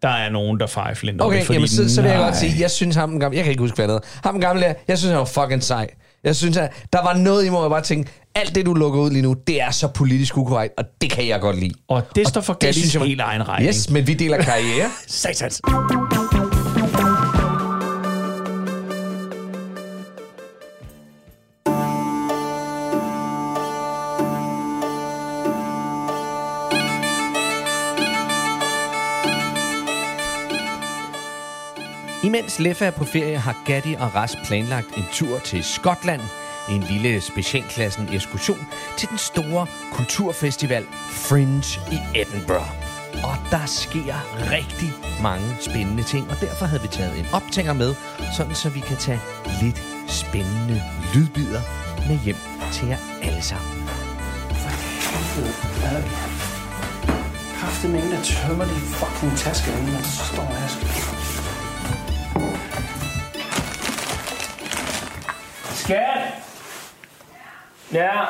Speaker 2: der er nogen, der fejflinder.
Speaker 3: Okay,
Speaker 2: det, fordi,
Speaker 3: jamen, så, så vil jeg godt
Speaker 2: nej.
Speaker 3: sige, jeg synes ham den gamle, jeg kan ikke huske, hvad han hed. Ham den gamle der, jeg synes, han var fucking sej. Jeg synes, at der var noget i mig, hvor jeg bare tænkte, alt det, du lukker ud lige nu, det er så politisk ukorrekt, og det kan jeg godt lide.
Speaker 2: Og det står for
Speaker 3: det
Speaker 2: Gallis
Speaker 3: synes jeg var-
Speaker 2: helt egen regning.
Speaker 3: Yes, men vi deler karriere.
Speaker 2: Satans.
Speaker 7: Imens Leffa er på ferie, har Gatti og Ras planlagt en tur til Skotland. En lille specialklassen ekskursion til den store kulturfestival Fringe i Edinburgh. Og der sker rigtig mange spændende ting, og derfor havde vi taget en optænger med, sådan så vi kan tage lidt spændende lydbider med hjem til jer alle sammen.
Speaker 8: kraftig mængde tømmer de fucking tasker, inden man står her. Så...
Speaker 2: Skat! Ja.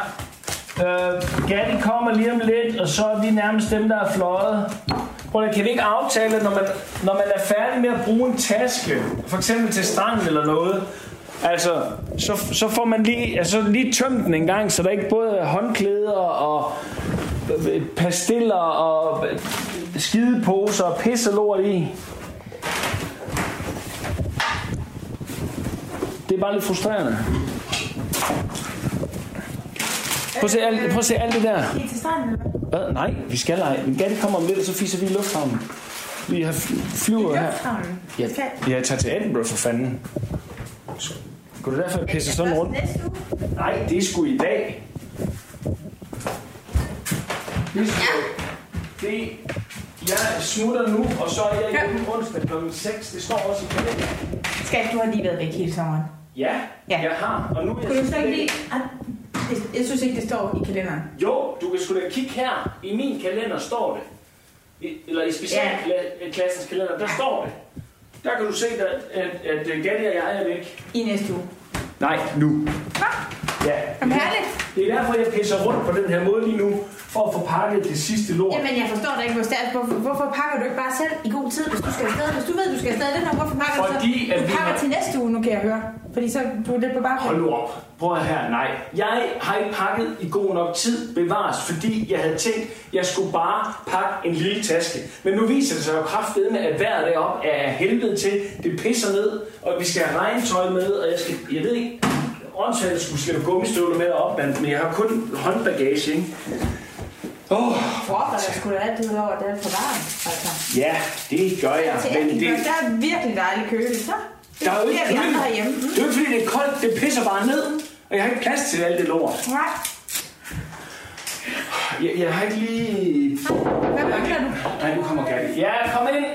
Speaker 2: Øh, Gatti kommer lige om lidt, og så er vi nærmest dem, der er fløjet. Prøv lige, kan vi ikke aftale, at når man, når man er færdig med at bruge en taske, for eksempel til stranden eller noget, altså, så, så får man lige, altså, lige tømt den en gang, så der ikke både er håndklæder og øh, pastiller og øh, skideposer og pisse lort i. Det er bare lidt frustrerende. Prøv at se alt, prøv at se alt det der. Hvad? Nej, vi skal ej. Men Gatti kommer om lidt, og så fiser vi i lufthavnen. Vi har fly- flyver her. Ja, jeg tager til Edinburgh for fanden. Skulle det derfor jeg pisser sådan rundt? Nej, det er sgu i dag. Det er sgu... Det...
Speaker 9: Jeg smutter nu, og så er jeg hjemme onsdag kl. 6. Det står også i kalenderen.
Speaker 10: Skat, du har lige været væk hele sommeren.
Speaker 9: Ja,
Speaker 10: Ja.
Speaker 9: jeg har. Og nu er jeg...
Speaker 10: Kunne du så ikke lige... Ah, det- Jeg synes ikke, det står i kalenderen.
Speaker 9: Jo, du kan sgu da kigge her. I min kalender står det. I, eller i specialklassens kalender, der står det. Der kan du se, at, at, at øh, Gatti og jeg er væk.
Speaker 10: I næste uge.
Speaker 9: Nej, nu.
Speaker 10: Hva?
Speaker 9: Ja.
Speaker 10: Jamen herligt.
Speaker 9: Det er derfor, jeg pisser rundt på den her måde lige nu, for at få pakket det sidste lort.
Speaker 10: Jamen jeg forstår dig ikke, hvor stærkt. Hvorfor, hvorfor pakker du ikke bare selv i god tid, hvis du skal afsted? Hvis du ved, du skal afsted den her, hvorfor pakker
Speaker 9: Fordi,
Speaker 10: du så?
Speaker 9: at
Speaker 10: Du
Speaker 9: vi
Speaker 10: pakker
Speaker 9: har-
Speaker 10: til næste uge, nu kan jeg høre. Fordi så du er lidt på bakken.
Speaker 9: Hold nu op. Prøv at her, nej. Jeg har ikke pakket i god nok tid bevares, fordi jeg havde tænkt, jeg skulle bare pakke en lille taske. Men nu viser det sig jo kraftedeme, at vejret deroppe er af helvede til. Det pisser ned, og vi skal have regntøj med, og jeg skal, jeg ved ikke, åndssvagt jeg skulle slæbe gummistøvler med op, men men jeg har kun håndbagage, ikke? Åh, oh,
Speaker 10: Hvorfor der skulle alt det ud over, at det er for varmt? Altså.
Speaker 9: ja, det gør jeg.
Speaker 10: Til
Speaker 9: Men det,
Speaker 10: Edinburgh, der er virkelig dejlig køle, så. Det
Speaker 9: der er jo ikke
Speaker 10: bliver vi andre
Speaker 9: køle.
Speaker 10: herhjemme.
Speaker 9: Det er jo ikke fordi, det er koldt. Det pisser bare ned, og jeg har ikke plads til alt det lort.
Speaker 10: Nej.
Speaker 9: Jeg, jeg har ikke lige...
Speaker 10: Hvad mangler du?
Speaker 9: Nej, nu kommer Gatti. Ja, kom ind.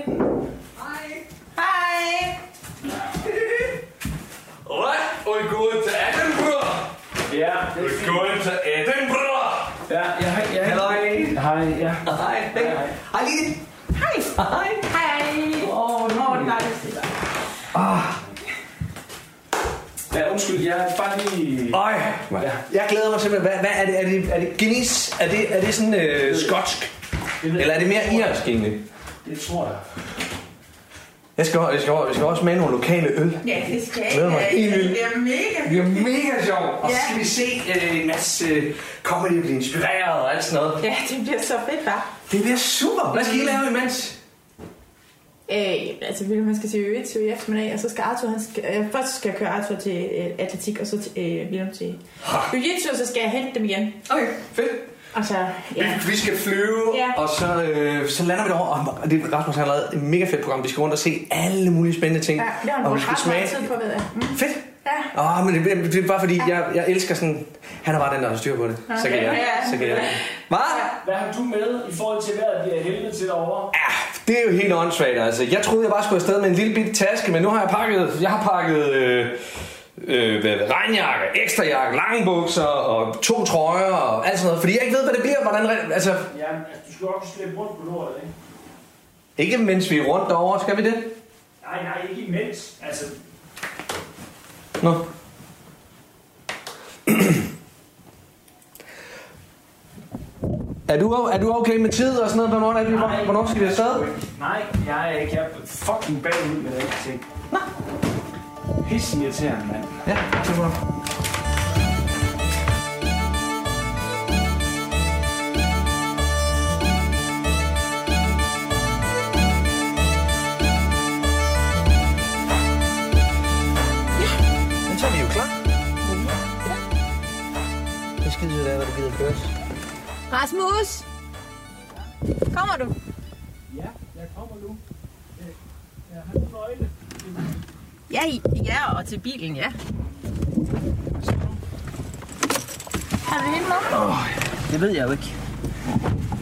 Speaker 10: Hej.
Speaker 11: Alright, we're going to Edinburgh.
Speaker 9: Ja, det er
Speaker 11: We're
Speaker 9: fint.
Speaker 11: going to Edinburgh.
Speaker 9: Ja, jeg har jeg
Speaker 11: Hello,
Speaker 9: har
Speaker 11: Eileen.
Speaker 9: Hej, ja.
Speaker 11: Hi.
Speaker 9: Hej.
Speaker 11: Hi, Eileen.
Speaker 10: Hej.
Speaker 11: Hi.
Speaker 10: Hej. Åh, oh, hvor er det dejligt at se dig.
Speaker 9: Ja, undskyld, jeg er bare lige...
Speaker 11: Øj, jeg glæder mig simpelthen. Hvad, hvad er det? Er det, er det Guinness? Er det, er det sådan øh, skotsk? Eller er det mere irsk egentlig?
Speaker 9: Det tror jeg.
Speaker 11: Jeg skal, jeg, skal, jeg skal også med nogle lokale øl.
Speaker 10: Ja, det skal
Speaker 11: Glæder mig
Speaker 10: jeg.
Speaker 11: helt vildt.
Speaker 10: Det er mega
Speaker 11: Det bliver mega sjovt. Og så
Speaker 10: Ja.
Speaker 11: skal vi se øh, en masse øh, comedy blive inspireret og alt sådan noget.
Speaker 10: Ja, det bliver så fedt, hva'?
Speaker 11: Det bliver super. Hvad skal I lave imens?
Speaker 10: Øh, jamen, altså, William, han skal til Øetio i eftermiddag, og så skal Arthur, han skal, øh, først skal jeg køre Arthur til øh, atletik, og så til, øh, William til Øetio, og så skal jeg hente dem igen.
Speaker 11: Okay, fedt.
Speaker 10: Og så, ja.
Speaker 11: Vi, vi skal flyve,
Speaker 10: Ja.
Speaker 11: og så, øh, så lander vi derovre. Og det, Rasmus har lavet et mega fedt program. Vi skal rundt og se alle mulige spændende ting.
Speaker 10: Ja, det har han
Speaker 11: og vi
Speaker 10: brugt
Speaker 11: skal
Speaker 10: ret
Speaker 11: smage.
Speaker 10: meget tid på, ved jeg. Mm.
Speaker 11: Fedt.
Speaker 10: Ja.
Speaker 11: Åh, oh, men det, det, er bare fordi, jeg, jeg elsker sådan... Han er bare den, der har styr på det. Så kan jeg.
Speaker 10: Ja.
Speaker 11: Så kan jeg. Hva?
Speaker 9: Hvad har du med i forhold til vejret, vi er helvede til derovre?
Speaker 11: Ja, det er jo helt åndssvagt, altså. Jeg troede, jeg bare skulle afsted med en lille bitte taske, men nu har jeg pakket... Jeg har pakket... Øh, Øh, hvad er det? regnjakke, ekstrajakke, lange bukser og to trøjer og alt sådan noget. Fordi jeg ikke ved, hvad det bliver, hvordan... re- Altså,
Speaker 9: Ja, du skal også slæbe rundt på lortet, ikke?
Speaker 11: ikke mens vi er rundt derovre, skal vi det?
Speaker 9: Nej, nej, ikke imens. Altså,
Speaker 11: Nå. er, du, er du okay med tid og sådan noget? Hvornår, er vi,
Speaker 9: nej,
Speaker 11: hvornår skal vi afsted?
Speaker 9: Nej, jeg er ikke. Jeg er fucking bagud med den ting. Nå. Pissen irriterende, mand.
Speaker 11: Ja, tak for
Speaker 3: Det skal du da, hvad du gider køres.
Speaker 10: Rasmus! Kommer du?
Speaker 9: Ja, jeg kommer nu. Øh, Jeg har en nøgle.
Speaker 10: Ja, ja, og til bilen, ja. Har du hende med?
Speaker 9: Det ved jeg jo ikke.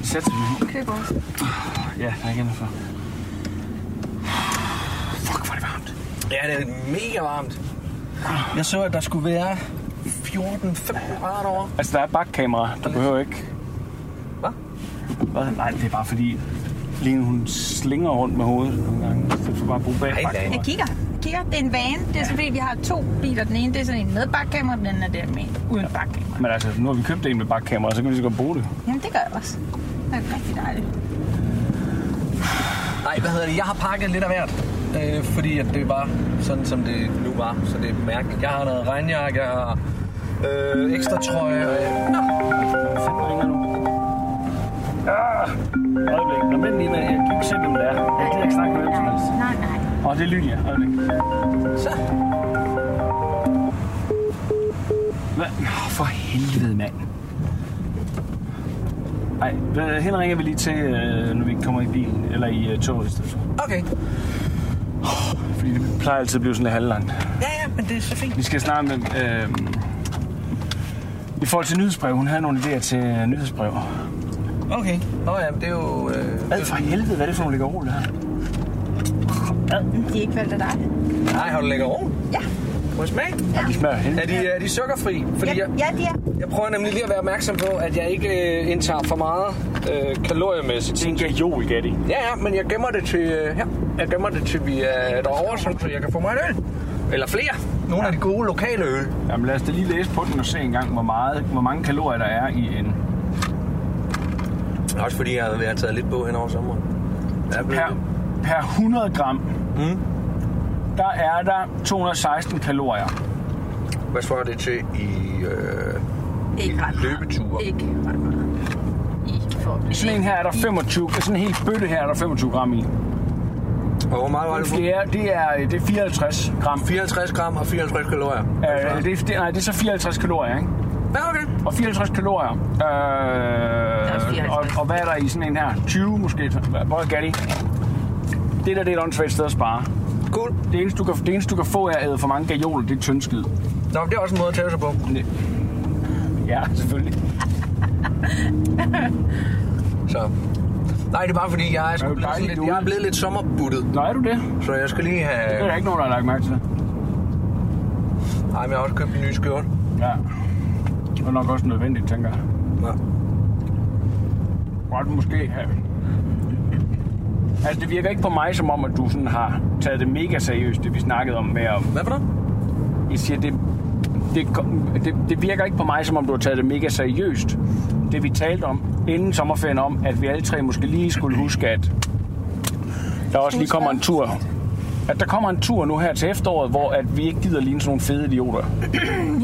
Speaker 9: Sæt dig nu.
Speaker 10: Køb også.
Speaker 9: Ja, der er ikke andet for.
Speaker 11: Fuck, hvor er det varmt. Ja, det er mega varmt. Jeg så, at der skulle være 14-15 grader over.
Speaker 9: Altså, der er bakkamera. Du behøver ikke...
Speaker 11: Hvad?
Speaker 9: Hvad? Nej, det er bare fordi... Lene, hun slinger rundt med hovedet nogle gange. Så du skal bare bruge bag
Speaker 11: nej.
Speaker 10: Jeg kigger. kigger. Det er en vane. Det er så fordi, vi har to biler. Den ene det er sådan en med bakkamera, den anden er der med uden bakkamera.
Speaker 9: Men altså, nu har vi købt en med bakkamera, så kan vi så godt bruge det.
Speaker 10: Jamen, det gør jeg også. Det er rigtig dejligt.
Speaker 11: Nej, hvad hedder det? Jeg har pakket lidt af hvert. Øh, fordi at det var sådan, som det nu var. Så det er mærkeligt. Jeg har noget regnjakke, jeg har øh, ekstra trøje. Og jeg... Nå.
Speaker 9: Ah, Øjeblik. Nå, vent lige med. Jeg kan ikke se, hvem det er. Jeg gider ikke snakke med hvem som helst.
Speaker 10: Nej, nej.
Speaker 9: Åh, det er Lydia. Øjeblik.
Speaker 11: Så.
Speaker 9: Hvad? Nå, for helvede, mand. Ej, hvad- hende ringer vi lige til, øh, når vi kommer i bilen. Eller i øh, toget i stedet for.
Speaker 11: Okay.
Speaker 9: Fordi det plejer altid at blive sådan lidt halvlangt.
Speaker 11: Ja, ja, men det er så fint.
Speaker 9: Vi skal snakke med... Øh, I forhold til nyhedsbrev, hun havde nogle idéer til øh, nyhedsbrev.
Speaker 2: Okay.
Speaker 11: Nå ja, men det er jo... Øh...
Speaker 9: Hvad for helvede, hvad er det for nogle ligger roligt her?
Speaker 10: De er ikke valgt af dig.
Speaker 11: Nej, har du lækker ro?
Speaker 10: Ja.
Speaker 11: Må jeg smage?
Speaker 10: Ja.
Speaker 9: De smager
Speaker 11: Er de, er de sukkerfri? Fordi jeg,
Speaker 10: Ja, de er.
Speaker 11: jeg prøver nemlig lige at være opmærksom på, at jeg ikke øh, indtager for meget øh, kaloriemæssigt. Det er en
Speaker 9: gajol, Gatti.
Speaker 11: Ja, ja, men jeg gemmer det til, øh, her. Jeg gemmer det til, vi er derovre, sådan, så jeg kan få mig en øl. Eller flere. Nogle af de gode lokale øl.
Speaker 9: Jamen lad os da lige læse på den og se engang, hvor, meget, hvor mange kalorier der er i en
Speaker 11: Også fordi jeg, jeg har taget lidt på hen over sommeren. Jeg
Speaker 9: per, per 100 gram. Mm. Der er der 216 kalorier.
Speaker 11: Hvad svarer det til i... Øh...
Speaker 10: Ikke ret meget.
Speaker 11: Løbeture.
Speaker 10: Ikke ret meget. I får
Speaker 9: I sådan en her er der 25, altså sådan en helt bøtte her er der 25 gram i.
Speaker 11: Og hvor meget var det?
Speaker 9: Det fjerde, det er, det er 54 gram.
Speaker 11: 54 gram og 54 kalorier.
Speaker 9: Øh, det, er- det, nej, det er så 54 kalorier, ikke?
Speaker 11: Ja, okay.
Speaker 9: Og 54 kalorier. Øh, og, og, hvad er der i sådan en her? 20 måske? Hvor er Gatti? Det der, det er et åndssvagt sted at spare.
Speaker 11: Cool.
Speaker 9: Det eneste, du kan, det eneste, du kan få, er at æde for mange gajoler. Det er tyndskid.
Speaker 11: Nå, men det er også en måde at tage sig på.
Speaker 9: Ja, selvfølgelig.
Speaker 11: Så. Nej, det er bare fordi, jeg er, sgu
Speaker 9: Det er jo
Speaker 11: blevet, sådan
Speaker 9: dejligt
Speaker 11: lidt,
Speaker 9: ude.
Speaker 11: jeg er blevet lidt sommerbuttet.
Speaker 9: Nå, er du det?
Speaker 11: Så jeg skal lige
Speaker 9: Det er
Speaker 11: have...
Speaker 9: der ikke nogen, der har lagt mærke til.
Speaker 11: Nej, men jeg har også købt en ny skjorte.
Speaker 9: Ja. Det var nok også nødvendigt, tænker jeg.
Speaker 11: Ja.
Speaker 9: Godt måske have. Altså, det virker ikke på mig som om, at du sådan har taget det mega seriøst, det vi snakkede om med om...
Speaker 11: Hvad for noget?
Speaker 9: Jeg siger, det, det, det, det virker ikke på mig som om, du har taget det mega seriøst, det vi talte om inden sommerferien om, at vi alle tre måske lige skulle huske, at der også lige kommer en tur. At der kommer en tur nu her til efteråret, hvor at vi ikke gider ligne sådan nogle fede idioter.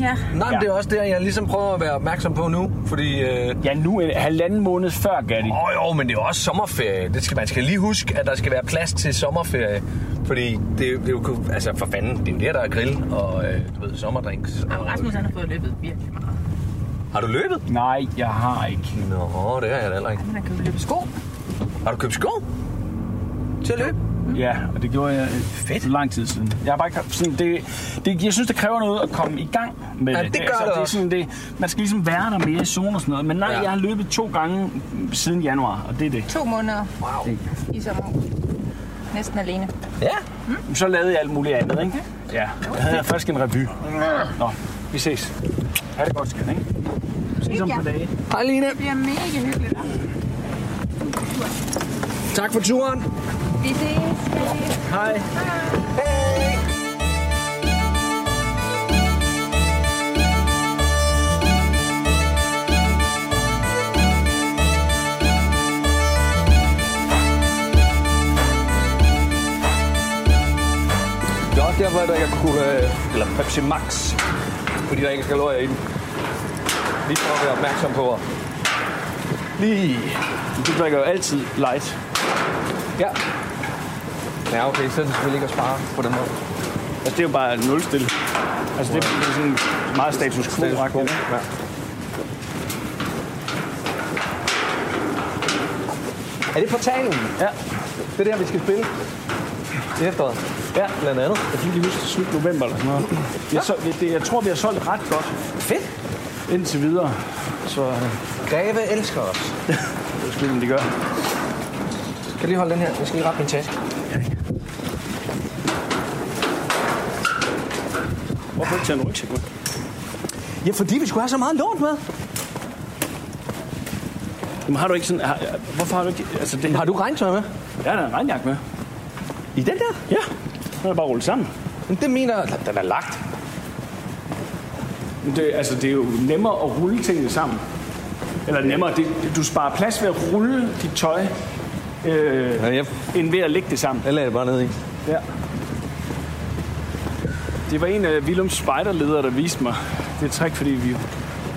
Speaker 10: Ja.
Speaker 11: Nej, men det er også der, jeg ligesom prøver at være opmærksom på nu, fordi... Øh...
Speaker 9: Ja, nu en halvanden måned før, Gatti.
Speaker 11: Åh jo, men det er jo også sommerferie. Det skal, man skal lige huske, at der skal være plads til sommerferie. Fordi det, det er jo... kun- Altså, for fanden, det er jo der, der er grill og øh, du ved, sommerdrinks.
Speaker 10: Jamen,
Speaker 11: Og...
Speaker 10: Rasmus han har fået løbet virkelig meget.
Speaker 11: Har du løbet?
Speaker 9: Nej, jeg har ikke.
Speaker 11: Nå, det har jeg da heller ikke.
Speaker 10: Han har købt løbet sko.
Speaker 11: Har du købt sko? Til at løbe?
Speaker 9: Ja, og det gjorde jeg øh, for lang tid siden. Jeg har bare ikke, haft sådan, det, det, jeg synes, det kræver noget at komme i gang med
Speaker 11: Ja,
Speaker 9: det. Altså,
Speaker 11: det gør det
Speaker 9: det er
Speaker 11: også.
Speaker 9: sådan, det, man skal ligesom være der mere i zonen og sådan noget. Men nej,
Speaker 11: Ja.
Speaker 9: ja. jeg har løbet to gange mm, siden januar, og det er det.
Speaker 10: To måneder
Speaker 11: Wow.
Speaker 10: i sommerhus. Næsten alene.
Speaker 11: Ja.
Speaker 9: Så lavede jeg alt muligt andet, ikke? Ja, jeg havde først en revy. Nå, vi ses. Ha' det godt, skat, ikke? Ses om
Speaker 10: Ja.
Speaker 9: på dage.
Speaker 11: Hej, Line.
Speaker 10: Det bliver mega hyggeligt.
Speaker 11: Tak for turen.
Speaker 10: Vi ses.
Speaker 9: Hej.
Speaker 11: Det er også derfor, jeg drikker cola,
Speaker 9: øh,
Speaker 11: eller Pepsi Max, fordi der ikke er kalorier i den. Lige for at være opmærksom på. at-
Speaker 9: Lige. Du drikker jo altid light.
Speaker 11: Ja. Ja, okay, så er det selvfølgelig ikke at spare på den måde.
Speaker 9: Altså, det er jo bare nulstil. Altså, det er sådan meget status quo.
Speaker 11: Status quo, ja. Er det portalen?
Speaker 9: Ja,
Speaker 11: Det er der, vi skal spille i efteråret.
Speaker 9: ja.
Speaker 11: Blandt andet.
Speaker 9: Jeg kan lige huske slut november eller sådan noget. Jeg, så, det, jeg tror, vi har solgt ret godt
Speaker 11: Fedt.
Speaker 9: indtil videre. Så øh,
Speaker 11: Greve elsker os.
Speaker 9: det er sgu, om de gør.
Speaker 11: Kan du lige holde den her? Jeg skal lige rette min taske.
Speaker 9: Hvorfor ikke tage en rygsæk med?
Speaker 11: Ja, fordi vi skulle have så meget lånt med.
Speaker 9: Jamen, har du ikke sådan... Har, hvorfor har du ikke... Altså, det,
Speaker 11: Har du regntøj med?
Speaker 9: Jeg har da en regnjakke med.
Speaker 11: I den der?
Speaker 9: Ja, den er bare rullet sammen.
Speaker 11: Men det mener Den er lagt.
Speaker 9: Men Det, altså, det er jo nemmere at rulle tingene sammen. Eller nemmere, det, du sparer plads ved at rulle dit tøj, øh,
Speaker 11: Ja, jeg,
Speaker 9: end ved at lægge det sammen.
Speaker 11: jeg lagde det bare ned i.
Speaker 9: Ja. Det var en af Willums spejderledere, der viste mig det trick, fordi vi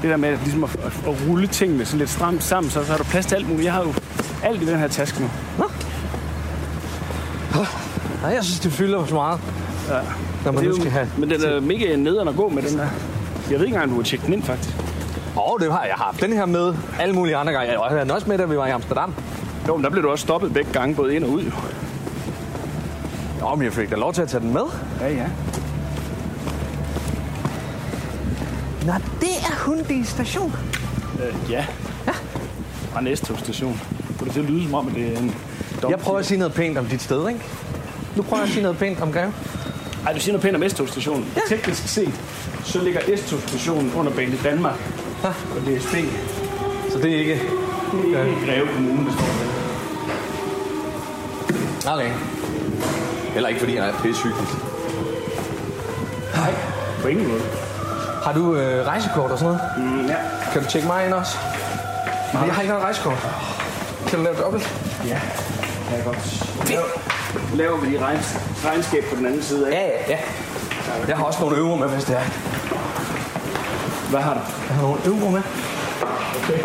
Speaker 9: det der med at, ligesom at, at, at rulle tingene sådan lidt stramt sammen, så, så har du plads til alt muligt. Jeg har jo alt i den her taske nu.
Speaker 11: Nej, jeg synes, det fylder så meget.
Speaker 9: Ja.
Speaker 11: Når man
Speaker 9: Det er
Speaker 11: nu
Speaker 9: jo-
Speaker 11: skal have...
Speaker 9: Men den er mega nederen at gå med, den der. Jeg ved ikke engang, om du har tjekket den ind, faktisk.
Speaker 11: Åh, oh, det har jeg haft. Den her med alle mulige andre gange. Jeg havde den også med, da vi var i Amsterdam.
Speaker 9: Jo, men der blev du også stoppet begge gange, både ind og ud. Jo.
Speaker 11: Nå, men jeg fik da lov til at tage den med.
Speaker 9: Ja, ja.
Speaker 11: Nå, det er Hyundai station.
Speaker 9: Øh, ja. fra Næstved station. Får det til at lyde som om, at det er en
Speaker 3: Jeg prøver at sige noget pænt om dit sted, ikke? Nu prøver jeg at sige noget pænt om Greve.
Speaker 9: Ej, du siger noget pænt om S-togstationen. Ja. Teknisk set, så ligger S-togstationen under Bane Danmark ja. og DSB.
Speaker 3: Så det er ikke...
Speaker 9: Det er ikke Greve Kommune, der står der.
Speaker 3: Okay. Heller ikke fordi han er pissehyggelig. Nej,
Speaker 9: på ingen måde.
Speaker 3: Har du øh, rejsekort og sådan noget?
Speaker 9: Mm, ja.
Speaker 3: Kan du tjekke mig ind også? Nej. Jeg har ikke noget rejsekort. Kan du lave dobbelt?
Speaker 9: Ja, det er godt. Lav- Laver vi lige regns regnskab på den anden side af? Ja, ja, ja.
Speaker 3: Jeg har også nogle øvre med, hvis det er.
Speaker 9: Hvad har du?
Speaker 3: Jeg har nogle øvre med.
Speaker 9: Okay.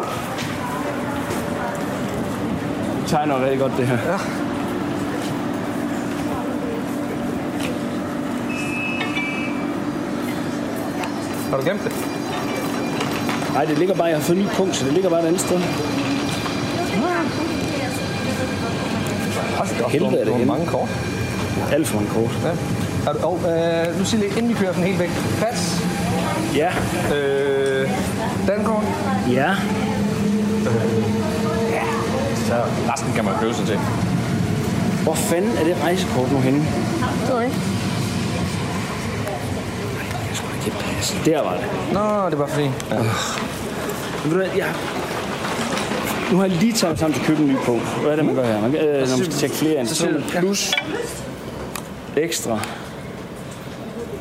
Speaker 9: Det tegner rigtig godt, det her. Ja.
Speaker 3: Har du gemt det?
Speaker 9: Nej, det ligger bare, jeg har fået ny punkt, så det ligger bare et andet sted.
Speaker 3: Hold da op,
Speaker 9: Helvede
Speaker 3: du har-
Speaker 9: er det
Speaker 3: du har
Speaker 9: henne.
Speaker 3: mange kort.
Speaker 9: Alt for en kort.
Speaker 3: Ja. Har du, og, øh, nu siger jeg lige, inden vi kører den helt væk. Pas.
Speaker 9: Ja.
Speaker 3: Øh, Dankort.
Speaker 9: Ja.
Speaker 3: Så resten kan man købe sig til.
Speaker 9: Hvor fanden er det rejsekort nu henne?
Speaker 12: Nej.
Speaker 9: Det passer. Der var det.
Speaker 3: Nå, det var fordi... Ja.
Speaker 9: Ved du hvad, jeg... Nu har jeg lige taget mig sammen til at købe en ny punkt. Hvad er det, man gør her? Man, kan- øh, når man skal tjekke flere ind,
Speaker 3: Så
Speaker 9: så er
Speaker 3: siger
Speaker 9: man plus ekstra.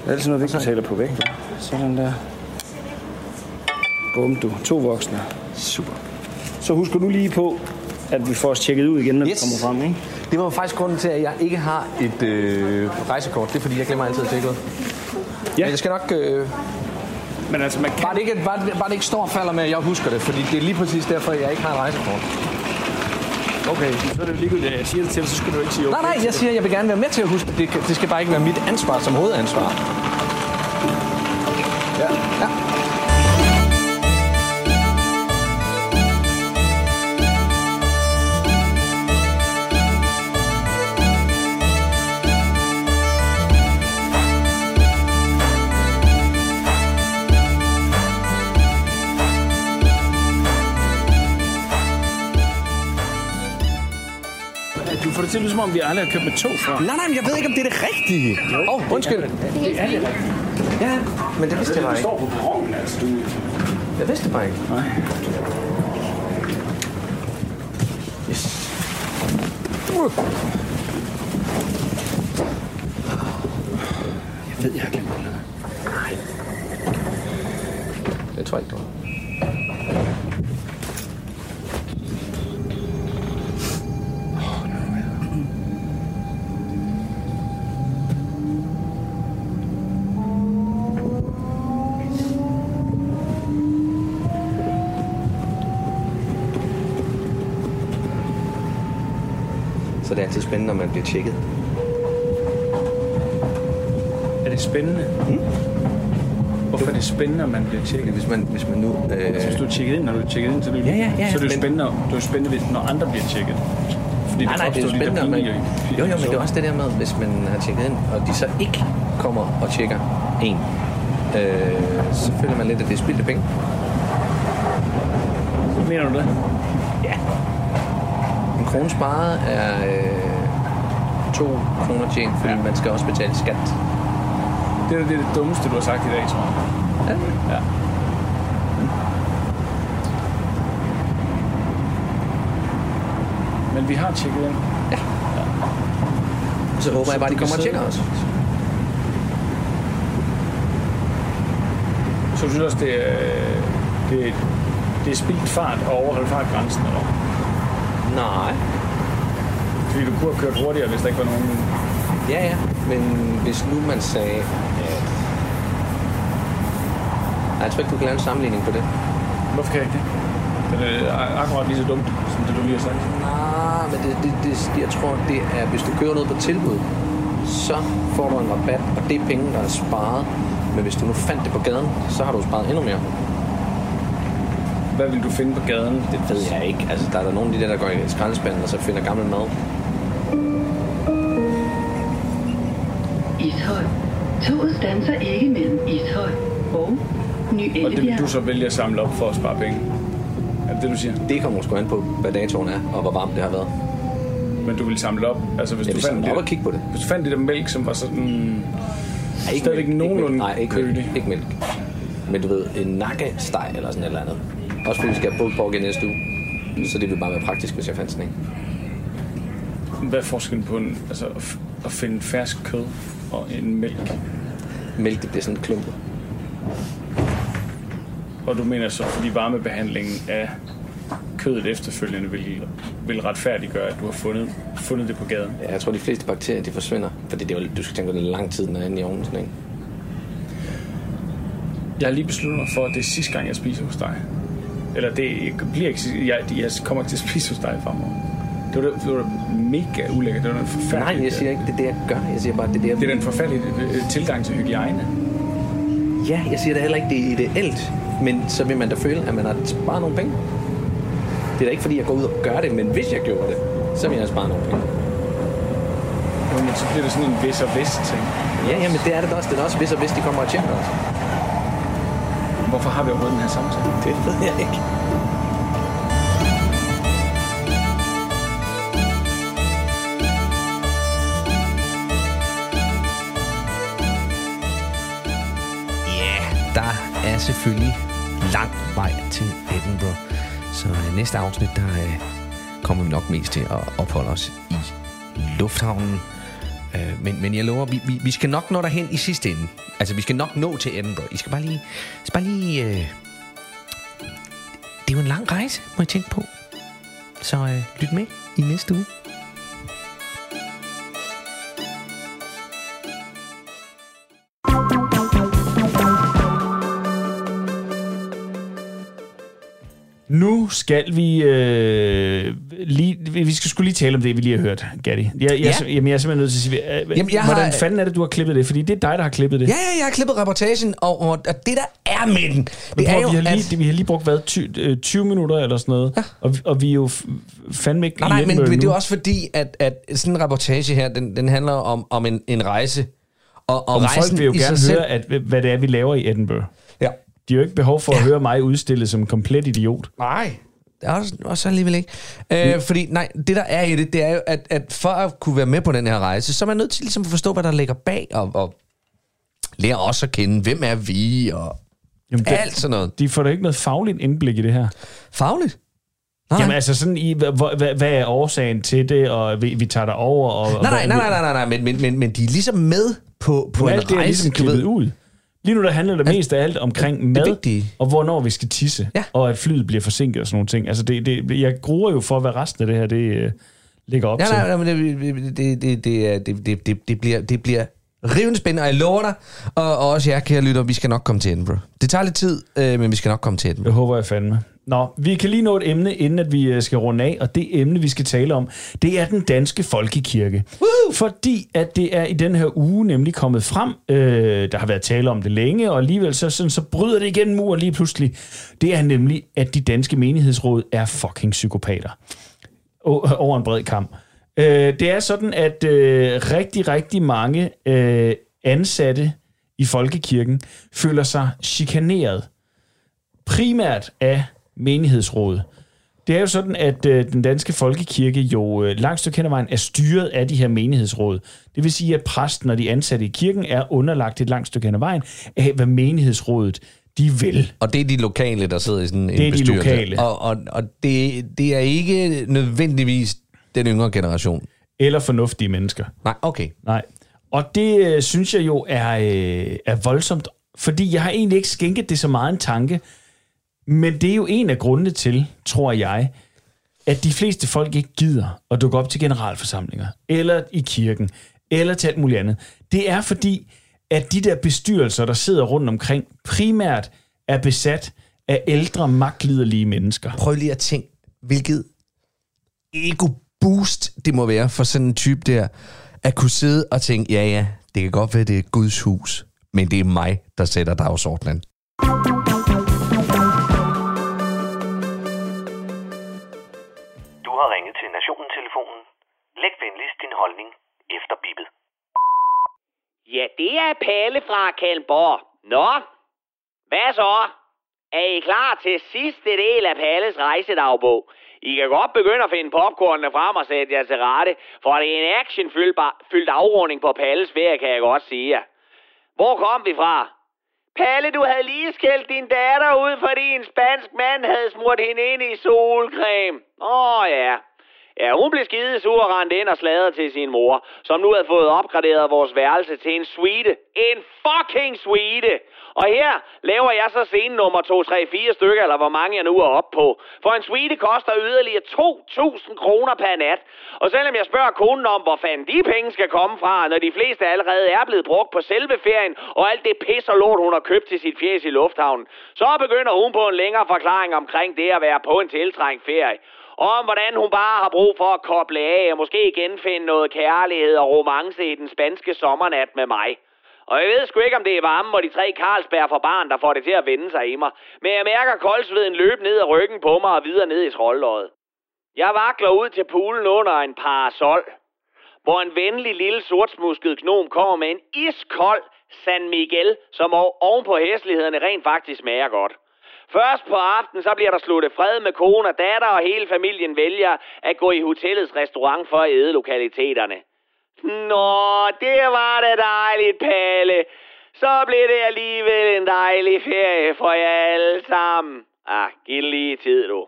Speaker 9: Ellers er noget, vi ikke betaler på vægt. hva'? Sådan der. Bum, du. To voksne. Super. Så husker du lige på, at vi får os tjekket ud igen, når yes. vi kommer frem, ikke?
Speaker 3: Det var faktisk grunden til, at jeg ikke har et øh, rejsekort. Det er fordi, jeg glemmer altid at tjekke ud. Ja. Men jeg skal nok... Øh,
Speaker 9: men altså, man kan...
Speaker 3: bare, det ikke, bare, det- bare det ikke står og falder med, at jeg husker det. Fordi det er lige præcis derfor, jeg ikke har et rejsekort.
Speaker 9: Okay, så er det jo ligegyldigt, at jeg siger det til, så skal du ikke sige
Speaker 3: Nej, nej, jeg siger, at jeg vil gerne være med til at huske det. Det, kan- det skal bare ikke være mit ansvar som hovedansvar. Ja. ja.
Speaker 9: Du får det til, at lyde, som om vi aldrig har købt med tog før.
Speaker 3: Nej, nej, men jeg ved ikke, om det er det rigtige. Åh, oh, undskyld.
Speaker 9: Det er det.
Speaker 3: Ja, men det vidste jeg bare
Speaker 9: Du
Speaker 3: ikke.
Speaker 9: står på perronen, altså. Du...
Speaker 3: Jeg vidste det bare ikke.
Speaker 9: Nej. Jeg ved, jeg har glemt noget.
Speaker 3: Det tror jeg ikke, du Så det er altid spændende, når man bliver tjekket.
Speaker 9: Er det spændende? Hmm? Hvorfor er det spændende, om man bliver tjekket?
Speaker 3: Hvis man, hvis man nu... Øh...
Speaker 9: Altså, hvis du er tjekket ind, når du er tjekket ind, så er det, jo-
Speaker 3: Ja, ja, ja,
Speaker 9: så er det jo
Speaker 3: men-
Speaker 9: spændende, det er jo spændende, hvis, når andre bliver tjekket. Fordi
Speaker 3: nej, nej, det er jo spændende, men... Jo, jo, men det er også det der med, hvis man har tjekket ind, og de så ikke kommer og tjekker en, øh, så føler man lidt, at det er spildte penge.
Speaker 9: Mener du det?
Speaker 3: En krone sparet er øh, to kroner tjent, fordi ja. man skal også betale skat.
Speaker 9: Det er det, det dummeste, du har sagt i dag, tror jeg. Ja. Men vi har tjekket ind.
Speaker 3: Ja. Så håber jeg bare, de
Speaker 9: du
Speaker 3: kommer
Speaker 9: kan
Speaker 3: og tjekker
Speaker 9: sidde-
Speaker 3: os.
Speaker 9: Så du synes også, det er, det, er- det er spildt fart at overholde fartgrænsen, eller? hvad?
Speaker 3: Nej.
Speaker 9: Fordi du kunne have kørt hurtigere, hvis der ikke var nogen...
Speaker 3: Ja, ja. Men hvis nu man sagde, at... Nej, jeg tror ikke, du kan lave en sammenligning på det.
Speaker 9: Hvorfor kan jeg ikke det? Det er øh, akkurat lige så dumt, som det du lige har sagt.
Speaker 3: Nej, Ah, men det, det, det, jeg tror, det er, hvis du køber noget på tilbud, så får du en rabat, og det er penge, der er sparet. Men hvis du nu fandt det på gaden, så har du sparet endnu mere.
Speaker 9: Hvad vil du finde på gaden?
Speaker 3: Det ved jeg ikke. Altså, der er der nogle af de der, der går i skraldespanden og så finder gammel mad.
Speaker 10: Ishøj. Toget standser ikke mellem Ishøj og Ny
Speaker 9: Og det vil
Speaker 10: Ellebjerg.
Speaker 9: du så vælge at samle op for at spare penge? Er det det, du siger?
Speaker 3: Det kommer sgu an på, hvad datoen er, og hvor varmt det har været.
Speaker 9: Men du ville samle op? Altså, hvis
Speaker 3: Jeg
Speaker 9: du
Speaker 3: vil
Speaker 9: fandt
Speaker 3: samle
Speaker 9: det-
Speaker 3: op og kigge på det.
Speaker 9: Hvis du fandt det der mælk, som var sådan...
Speaker 3: Nej, ikke
Speaker 9: stadigvæk
Speaker 3: mælk, ikke mælk.
Speaker 9: nogenlunde
Speaker 3: Nej, ikke mælk, ikke mælk. Men du ved, en nakkesteg eller sådan et eller andet. Også fordi vi skal have pulled pork i næste uge. Så det ville bare være praktisk, hvis jeg fandt sådan en.
Speaker 9: Hvad er forskellen på en, altså, at f- at finde fersk kød og en mælk?
Speaker 3: Mælk, det bliver sådan klumpet.
Speaker 9: Og du mener så, fordi varmebehandlingen af kødet efterfølgende vil, vil retfærdiggøre, at du har fundet, fundet det på gaden?
Speaker 3: Ja, jeg tror, de fleste bakterier, de forsvinder. Fordi det er jo, du skal tænke på, det er lang tid, den er inde i ovnen. Sådan, ikke?
Speaker 9: Jeg har lige besluttet mig for, at det er sidste gang, jeg spiser hos dig. Eller det bliver ikke sidste- jeg, jeg kommer ikke til at spise hos dig fremover. Det var, da- det var da mega ulækkert. Det var da en forfærdelig...
Speaker 3: Nej, jeg siger ikke, det er det, jeg gør. Jeg siger bare, det er det, jeg...
Speaker 9: Det er da en forfærdelig øh, tilgang til hygiejne.
Speaker 3: Ja, jeg siger da heller ikke, det er ideelt. Men så vil man da føle, at man har sparet nogle penge. Det er da ikke, fordi jeg går ud og gør det, men hvis jeg gjorde det, så vil jeg spare nogle penge.
Speaker 9: Jo, men så bliver det sådan en vis og vis ting.
Speaker 3: Ja, ja, men det er det da også. Det er da også hvis og hvis, de kommer og tjener os.
Speaker 9: Hvorfor har vi overhovedet den her samtale?
Speaker 3: Det ved jeg ikke. Ja, der er selvfølgelig lang vej til Edinburgh. Så i næste afsnit, der øh, kommer vi nok mest til at opholde os i lufthavnen. Øh, men, men jeg lover, vi, vi, vi skal nok nå derhen i sidste ende. Altså, vi skal nok nå til Edinburgh. I skal bare lige... Skal bare lige øh, det er jo en lang rejse, må jeg tænke på. Så øh, lyt med i næste uge.
Speaker 2: Nu skal vi øh, lige... Vi vi skal skulle lige tale om det, vi lige har hørt, Gatti. Jeg, jeg,
Speaker 6: Ja.
Speaker 2: ja. jamen, jeg er simpelthen nødt til at sige... Øh,
Speaker 6: Jamen, jeg har-
Speaker 2: hvordan fanden er det, du har klippet det? Fordi det er dig, der har klippet det.
Speaker 6: Ja, ja, jeg har klippet reportagen, og, og, og det der er med den,
Speaker 2: Men
Speaker 6: det
Speaker 2: prøv,
Speaker 6: er
Speaker 2: at
Speaker 6: jo, altså-
Speaker 2: vi, har lige,
Speaker 6: at...
Speaker 2: vi har lige brugt hvad, 20, 20 minutter eller sådan noget, ja. og, vi- og vi er jo f- fandme ikke
Speaker 6: Nej, nej, men,
Speaker 2: hjemme
Speaker 6: men det er
Speaker 2: nu.
Speaker 6: jo også fordi, at, at sådan en reportage her, den, den handler om, om en, en rejse. Og, og,
Speaker 2: Og folk
Speaker 6: rejsen
Speaker 2: vil jo
Speaker 6: i sig
Speaker 2: gerne
Speaker 6: selv.
Speaker 2: høre, at, øh, hvad det er, vi laver i Edinburgh.
Speaker 6: Ja.
Speaker 2: De har jo ikke behov for at høre mig udstillet som en komplet idiot.
Speaker 6: Nej. Det er også, også alligevel ikke. Øh, fordi, nej, det der er i det, det er jo, at, at for at kunne være med på den her rejse, så er man nødt til ligesom at forstå, hvad der ligger bag, og, og lære os at kende, hvem er vi, og
Speaker 2: Jamen, det-
Speaker 6: alt sådan noget.
Speaker 2: De får da ikke noget fagligt indblik i det her.
Speaker 6: Fagligt?
Speaker 2: Nej. Jamen altså sådan i, hvad, hvad, hvad er årsagen til det, og vi, vi tager dig over? Og, og
Speaker 6: Nej, nej,
Speaker 2: hvad-
Speaker 6: nej, nej, nej, nej, men, men, men, men de er ligesom med på, på
Speaker 2: Men
Speaker 6: en
Speaker 2: alt det er
Speaker 6: rejse.
Speaker 2: ligesom
Speaker 6: du ved.
Speaker 2: klippet ud. Lige nu der handler det mest af alt omkring mad,
Speaker 6: vigtige.
Speaker 2: og hvornår vi skal tisse, ja. og at flyet bliver forsinket og sådan nogle ting. Altså det, det, jeg gruer jo for, hvad resten af det her det, øh, ligger op
Speaker 6: Ja,
Speaker 2: til.
Speaker 6: nej, nej, men det, det, det, det, er- det, det, det, det, bliver, det bliver rivende spændende, og jeg lover dig, og, og også jer, kære lytter, vi skal nok komme til Edinburgh. Det tager lidt tid, øh, men vi skal nok komme til Edinburgh.
Speaker 2: Det håber jeg fandme. Nå, vi kan lige nå et emne, inden at vi øh, skal runde af, og det emne, vi skal tale om, det er den danske folkekirke. Woo! Fordi at det er i den her uge nemlig kommet frem, øh, der har været tale om det længe, og alligevel så, sådan, så bryder det igennem muren lige pludselig. Det er nemlig, at de danske menighedsråd er fucking psykopater o- over en bred kamp. Øh, det er sådan, at øh, rigtig, rigtig mange øh, ansatte i folkekirken føler sig chikaneret. Primært af menighedsrådet. Det er jo sådan, at øh, den danske folkekirke jo øh, langt stykke hen ad vejen er styret af de her menighedsråd. Det vil sige, at præsten og de ansatte i kirken er underlagt et langt stykke hen ad vejen af, hvad menighedsrådet de vil.
Speaker 6: Og det er de lokale, der sidder i sådan en
Speaker 2: Det er de
Speaker 6: bestyrelse.
Speaker 2: lokale.
Speaker 6: Og, og, og det, det er ikke nødvendigvis den yngre generation.
Speaker 2: Eller fornuftige mennesker.
Speaker 6: Nej, okay.
Speaker 2: Nej. Og det øh, synes jeg jo er, øh, er voldsomt, fordi jeg har egentlig ikke skænket det så meget en tanke, men det er jo en af grundene til, tror jeg, at de fleste folk ikke gider at dukke op til generalforsamlinger, eller i kirken, eller til alt muligt andet. Det er fordi, at de der bestyrelser, der sidder rundt omkring, primært er besat af ældre, magtliderlige mennesker.
Speaker 6: Prøv lige at tænke, hvilket ego-boost det må være for sådan en type der, at kunne sidde og tænke, ja ja, det kan godt være, det er Guds hus, men det er mig, der sætter dagsordenen.
Speaker 13: Du har ringet til Nationen-telefonen. Læg venligst din holdning efter bippet.
Speaker 4: Ja, det er Palle fra Kalmborg. Nå, hvad så? Er I klar til sidste del af Palles rejsedagbog? I kan godt begynde at finde popcornene frem og sætte jer til rette, for det er en actionfyldt afrunding på Palles ferie, kan jeg godt sige jer. Hvor kom vi fra? Palle, du havde lige skældt din datter ud, fordi en spansk mand havde smurt hende ind i solcreme. Åh oh, ja. Ja, hun blev skidesur og rendte ind og sladrede til sin mor, som nu havde fået opgraderet vores værelse til en suite. En fucking suite! Og her laver jeg så scene nummer 2, 3, 4 stykker, eller hvor mange jeg nu er oppe på. For en suite koster yderligere 2.000 kroner per nat. Og selvom jeg spørger konen om, hvor fanden de penge skal komme fra, når de fleste allerede er blevet brugt på selve ferien, og alt det pis og lort, hun har købt til sit fjes i lufthavnen, så begynder hun på en længere forklaring omkring det at være på en tiltrængt ferie om hvordan hun bare har brug for at koble af og måske genfinde noget kærlighed og romance i den spanske sommernat med mig. Og jeg ved sgu ikke, om det er varmen og de tre Carlsberg for barn, der får det til at vende sig i mig. Men jeg mærker koldsveden løbe ned ad ryggen på mig og videre ned i skrolløjet. Jeg vakler ud til poolen under en parasol, hvor en venlig lille sortsmusket gnom kommer med en iskold San Miguel, som o- oven på hæslighederne rent faktisk smager godt. Først på aftenen, så bliver der sluttet fred med kone og datter, og hele familien vælger at gå i hotellets restaurant for at æde lokaliteterne. Nå, det var da dejligt, Palle. Så blev det alligevel en dejlig ferie for jer alle sammen. Ah, giv det lige tid, du.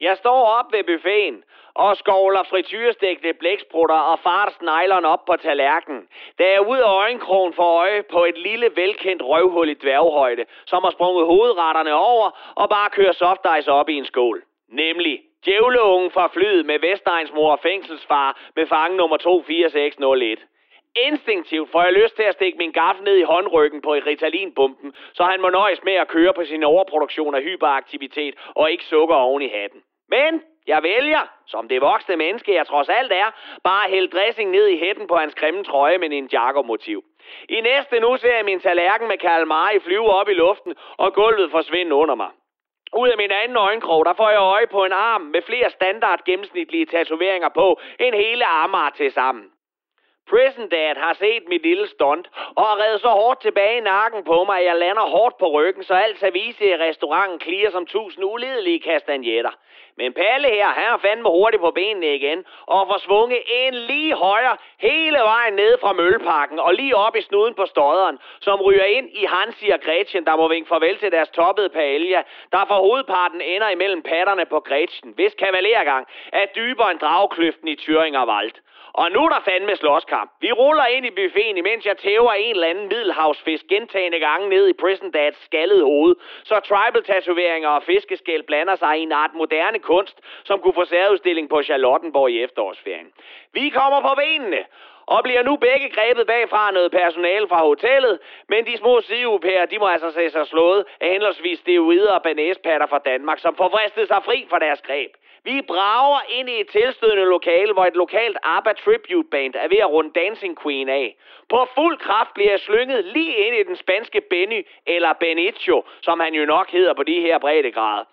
Speaker 4: Jeg står op ved buffeten og skovler frityrestegte blæksprutter og fars nylon op på tallerkenen, da jeg ud af øjenkrogen får øje på et lille velkendt røvhul i dværghøjde, som har sprunget hovedretterne over og bare kører softice op i en skål. Nemlig djævleungen fra flyet med Vestegnsmor og fængselsfar med fange nummer 24601. Instinktivt får jeg lyst til at stikke min gaffel ned i håndryggen på Ritalin-bumpen, så han må nøjes med at køre på sin overproduktion af hyperaktivitet og ikke sukker oven i hatten. Men jeg vælger, som det voksne menneske jeg trods alt er, bare at hælde dressing ned i hætten på hans grimme trøje med en motiv. I næste nu ser jeg min tallerken med calamari flyve op i luften, og gulvet forsvinde under mig. Ud af min anden øjenkrog, der får jeg øje på en arm med flere standard gennemsnitlige tatoveringer på, end hele armer til sammen. Prison Dad har set mit lille stunt, og har reddet så hårdt tilbage i nakken på mig, at jeg lander hårdt på ryggen, så alt service i restauranten klirer som tusind ulidelige kastanjetter. Men Palle her, han er fandme hurtigt på benene igen, og får svunget en lige højre hele vejen ned fra mølleparken og lige op i snuden på stodderen, som ryger ind i Hansi og Gretchen, der må vinke farvel til deres toppede paella, der for hovedparten ender imellem patterne på Gretchen, hvis kavalergang er dybere end dragkløften i Thüringer Wald. Og nu er der fandme slåskamp. Vi ruller ind i buffeten, imens jeg tæver en eller anden middelhavsfisk gentagende gange ned i Prison Dads skaldede hoved, så tribal-tatoveringer og fiskeskæl blander sig i en art moderne kunst, som kunne få særudstilling på Charlottenborg i efterårsferien. Vi kommer på benene, og bliver nu begge grebet bagfra af noget personale fra hotellet, men de små sideupærer, de må altså se sig slået af henholdsvis steroider og banæspatter fra Danmark, som forvristede sig fri fra deres greb. Vi brager ind i et tilstødende lokale, hvor et lokalt ABBA Tribute Band er ved at runde Dancing Queen af. På fuld kraft bliver jeg slynget lige ind i den spanske Benny, eller Benicio, som han jo nok hedder på de her breddegrader.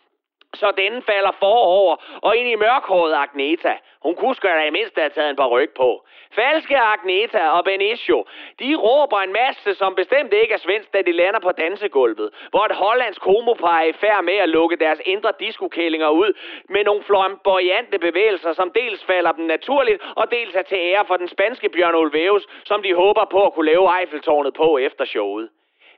Speaker 4: Så denne falder forover og ind i mørkhåret Agneta. Hun kunne sgu da i mindste have taget en par ryg på. Falske Agneta og Benicio, de råber en masse, som bestemt ikke er svensk, da de lander på dansegulvet, hvor et hollandsk homopar er i færd med at lukke deres indre diskokællinger ud med nogle flamboyante bevægelser, som dels falder dem naturligt, og dels er til ære for den spanske Bjørn Ulvaeus, som de håber på at kunne lave Eiffeltårnet på efter showet.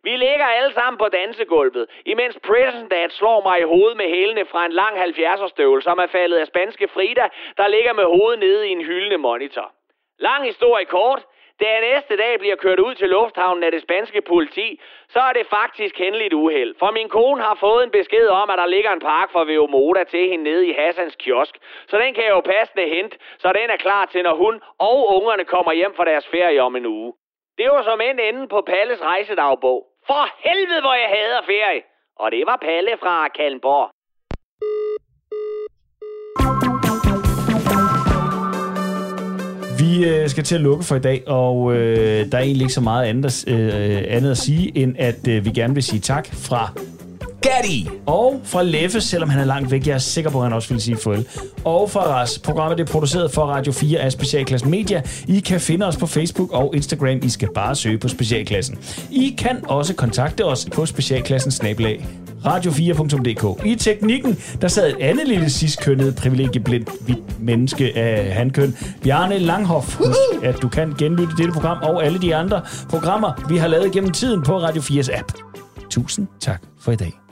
Speaker 4: Vi ligger alle sammen på dansegulvet, imens Prison Dad slår mig i hovedet med hælene fra en lang 70'er støvle, som er faldet af spanske Frida, der ligger med hovedet nede i en hyldende monitor. Lang historie kort. Da jeg næste dag bliver kørt ud til lufthavnen af det spanske politi, så er det faktisk henligt uheld. For min kone har fået en besked om, at der ligger en park for VO Moda til hende nede i Hassans kiosk. Så den kan jeg jo passende hente, så den er klar til, når hun og ungerne kommer hjem fra deres ferie om en uge. Det var som end enden på Palles rejsedagbog. For helvede, hvor jeg hader ferie! Og det var Palle fra Kalmborg.
Speaker 2: Vi øh, skal til at lukke for i dag, og øh, der er egentlig ikke så meget andet, øh, andet at sige, end at øh, vi gerne vil sige tak fra Gatti og fra Leffe, selvom han er langt væk. Jeg er sikker på, at han også vil sige farvel. Og fra Ras. Programmet det er produceret for Radio 4 af Specialklassen Media. I kan finde os på Facebook og Instagram. I skal bare søge på Specialklassen. I kan også kontakte os på specialklassen radio4.dk. I teknikken, der sad et andet lille sidstkønnet, privilegieblindt hvidt menneske af handkøn, Bjarne Langhoff. Husk, at du kan genlytte dette program og alle de andre programmer, vi har lavet gennem tiden på Radio 4's app. Tusind tak for i dag.